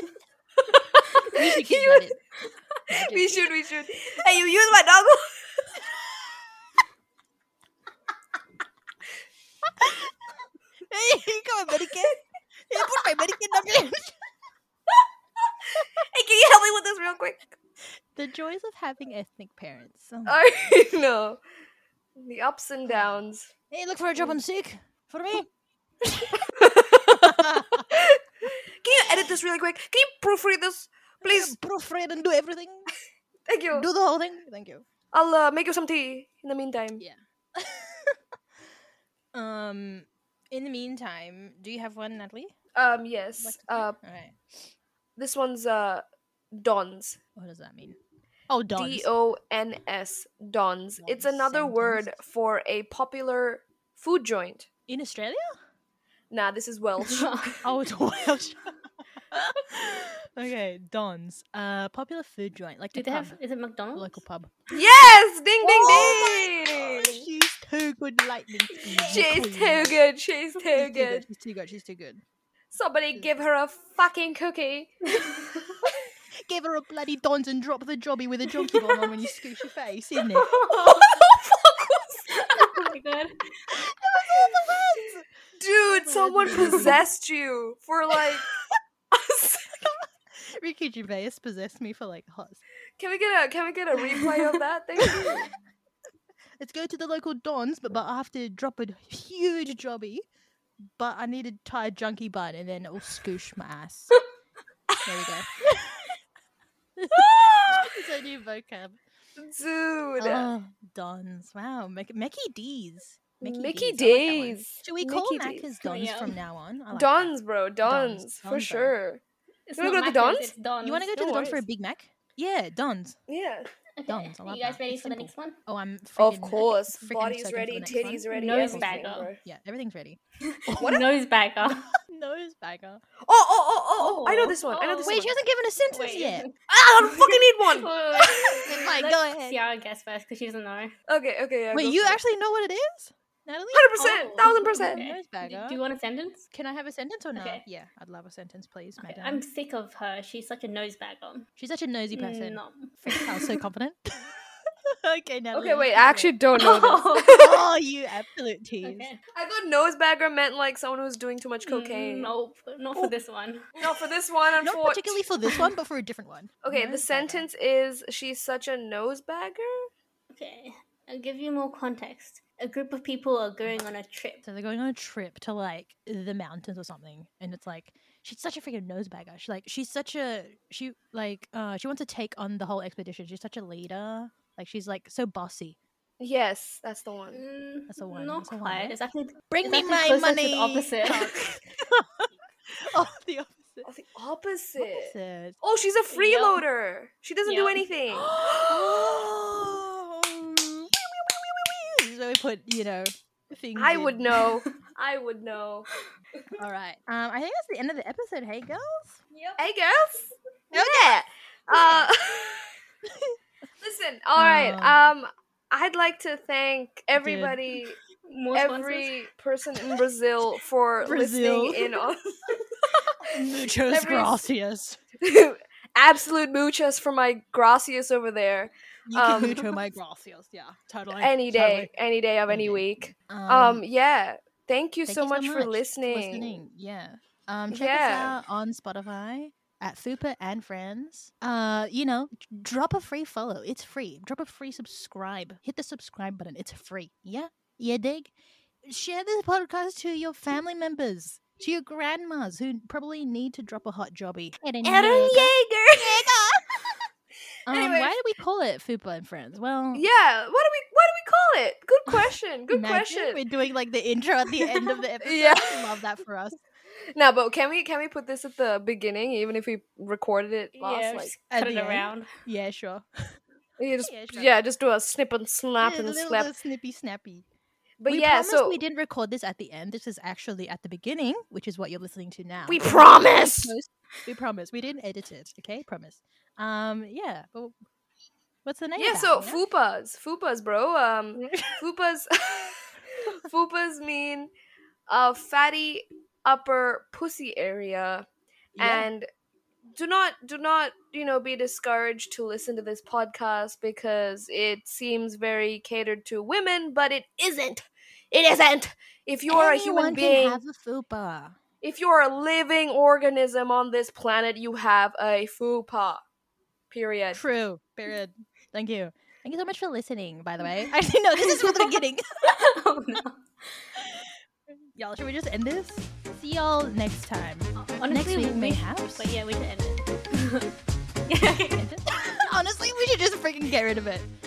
we should keep
You-
that in.
we should, we should. Hey, you use my dongle.
Hey, you got my medicine? Hey, put my medicine up there.
Hey, can you help me with this real quick?
The joys of having ethnic parents. Oh.
I know the ups and downs.
hey, look for a job on sick for me.
Can you edit this really quick? Can you proofread this, please?
proofread and do everything.
Thank you.
Do the whole thing. Thank you.
I'll uh, make you some tea in the meantime.
Yeah. um. In the meantime, do you have one, Natalie?
Um,
you'd like
yes.
to pick?
Uh,
All right.
this one's uh, Dons.
What does that mean? Oh, dogs.
D O N S. Dons. It's
Dons,
another
same
word
Dons.
for a popular food joint.
in Australia?
Nah, this is Welsh.
Oh, it's Welsh. okay, Don's. Uh, popular food joint, like
do
the
they
pub,
have? Is it McDonald's?
local pub. Oh
yes! Ding, ding, ding!
She's too good, lightning. speed, the
She's too
queen.
good. She's too
She's
good.
She's too good. She's too good.
Somebody give her a fucking cookie.
Give her a bloody Don's and drop the jobby with a junkie bomb on when you scooch your face, isn't it?
what the fuck was that?
oh my god.
Dude, someone
goodness.
possessed you for like.
Ricky Gervais possessed me for like hot.
can we get a can we get a replay of that? Thank you.
Let's go to the local Don's, but, but I have to drop a huge jobby. But I need a tired junkie bun, and then it will scoosh my ass. there we go. It's a new vocab.
Dude.
Oh, Dons. Wow. Mic- Mickey D's.
Mickey
I like that one.
D's.
Should we call
Mickey
Mac
D's.
as Dons
Yeah.
from now on? I like that.
Dons, bro. Dons,
Dons,
for
Dons, bro.
sure.
It's
You wanna
not Macca's,
go to Don's?
it's Don's.
You want to go to
No
the Dons for a
worries.
Big Mac? Yeah, Dons.
Yeah.
Okay,
Don's, I love
you guys
that.
ready
It's
for the next one?
Oh, I'm freaking,
Of course.
freaking
Body's
excited for
ready,
the next one.
titties ready,
Nose
everything,
bag up.
bro.
Yeah, everything's ready.
What a-
Nose bagger.
Nose bagger.
Oh, oh, oh, oh, oh, I know
Oh,
this one. I know
oh.
this
Wait, she
one.
hasn't given a sentence
Wait.
yet.
Ah, I don't fucking need one.
Fine,
Let's
go ahead.
See how I guess first because she doesn't know.
Okay, okay, yeah.
Wait, you actually know what it is, Natalie?
Hundred percent,
Oh,
thousand percent.
okay.
Nose
Do,
bagger.
do you want a sentence?
Can I have a sentence or not?
Okay.
Yeah, I'd love a sentence, please,
Okay,
madam.
I'm sick of her. She's such a nose bagger.
She's such a
Mm,
nosy person.
No.
Freak, I was so confident. okay, Natalie.
Okay,
you
wait.
can
I
go.
actually don't know this.
okay.
Oh, you absolute tease.
I thought nosebagger meant like someone who's doing too
Mm,
much cocaine.
Mm, Nope, not for this one.
Not for this one,
Not
unfortunately.
particularly for this one, but for a different one.
Okay, the
Nosebagger.
sentence is she's such a nosebagger.
Okay, I'll give you more context. A group of people are going on a trip.
So they're going on a trip to like the mountains or something, and it's like she's such a freaking nosebagger. She's like she's such a she like uh she wants to take on the whole expedition. She's such a leader. Like she's like so bossy.
Yes, that's the one.
Mm,
That's a one,
Not
that's a one,
quite.
yeah?
It's actually
Bring
it's
me
actually
my
closer to
money.
the
oh,
opposite.
the opposite.
Oh, the opposite.
Opposite.
Oh, she's a
Yep.
freeloader. She doesn't do
Yep.
anything.
Oh. This is where we put, you know, things.
I would
in.
know. I would know.
All right. Um, I think that's the end of the episode. Hey, girls.
yep.
I guess.
Yeah.
Uh, listen. All right.
Um,
Um, I'd like to thank everybody,
More sponsors.
every person in Brazil for
Brazil.
listening in on.
Muchos
Every-
gracias.
Absolute muchas for my gracias over there.
You can
Um,
mucho my gracias. Yeah, totally.
Any day, any day of any
Okay.
week.
totally.
Um, yeah. Thank you
thank
so, much, for
listening. Yeah. Um, check
Yeah.
us out on Spotify at Fupa and Friends. Uh, you know, d- drop a free follow. It's free. Drop a free subscribe. Hit the subscribe button. It's free. Yeah. Yeah, dig. Share this podcast to your family members, to your grandmas who probably need to drop a hot jobby.
Aaron Jaeger.
Um,
Anyway.
why do we call it Fupa and Friends? Well,
Yeah, what do we what do we call it? Good question. Good
imagine We're
question.
doing like the intro at the end of the episode.
Yeah.
Love that for us.
Now, but can we can we put this at the beginning, even if we recorded it last?
yeah,
like,
just
at
cut it
the end.
around.
Yeah, sure.
you just,
yeah,
yeah,
sure.
just do a snip and snap
Yeah,
and
little-
slap.
little snippy snappy.
But
we
yeah,
promised
so
we didn't record this at the end. This is actually at the beginning, which is what you're listening to now.
We promised!
We, we promise. We didn't edit it. Okay, promise. Um, yeah. But what's the name?
yeah,
about,
so
you know?
fupas, fupas, bro. Um, fupas, fupas mean uh fatty upper pussy area.
Yeah.
and do not do not you know be discouraged to listen to this podcast because it seems very catered to women but it isn't it isn't if you're a human
Anyone
being
Can have a fupa.
if you're a living organism on this planet you have a fupa period
True. Period. Thank you. Thank you so much for listening. By the way, I didn't know this is for the beginning.
oh no.
Y'all, should we just end this? See y'all next time.
Honestly,
week,
we
mayhaps.
But yeah, we should end it. yeah. okay.
Honestly, we should just freaking get rid of it.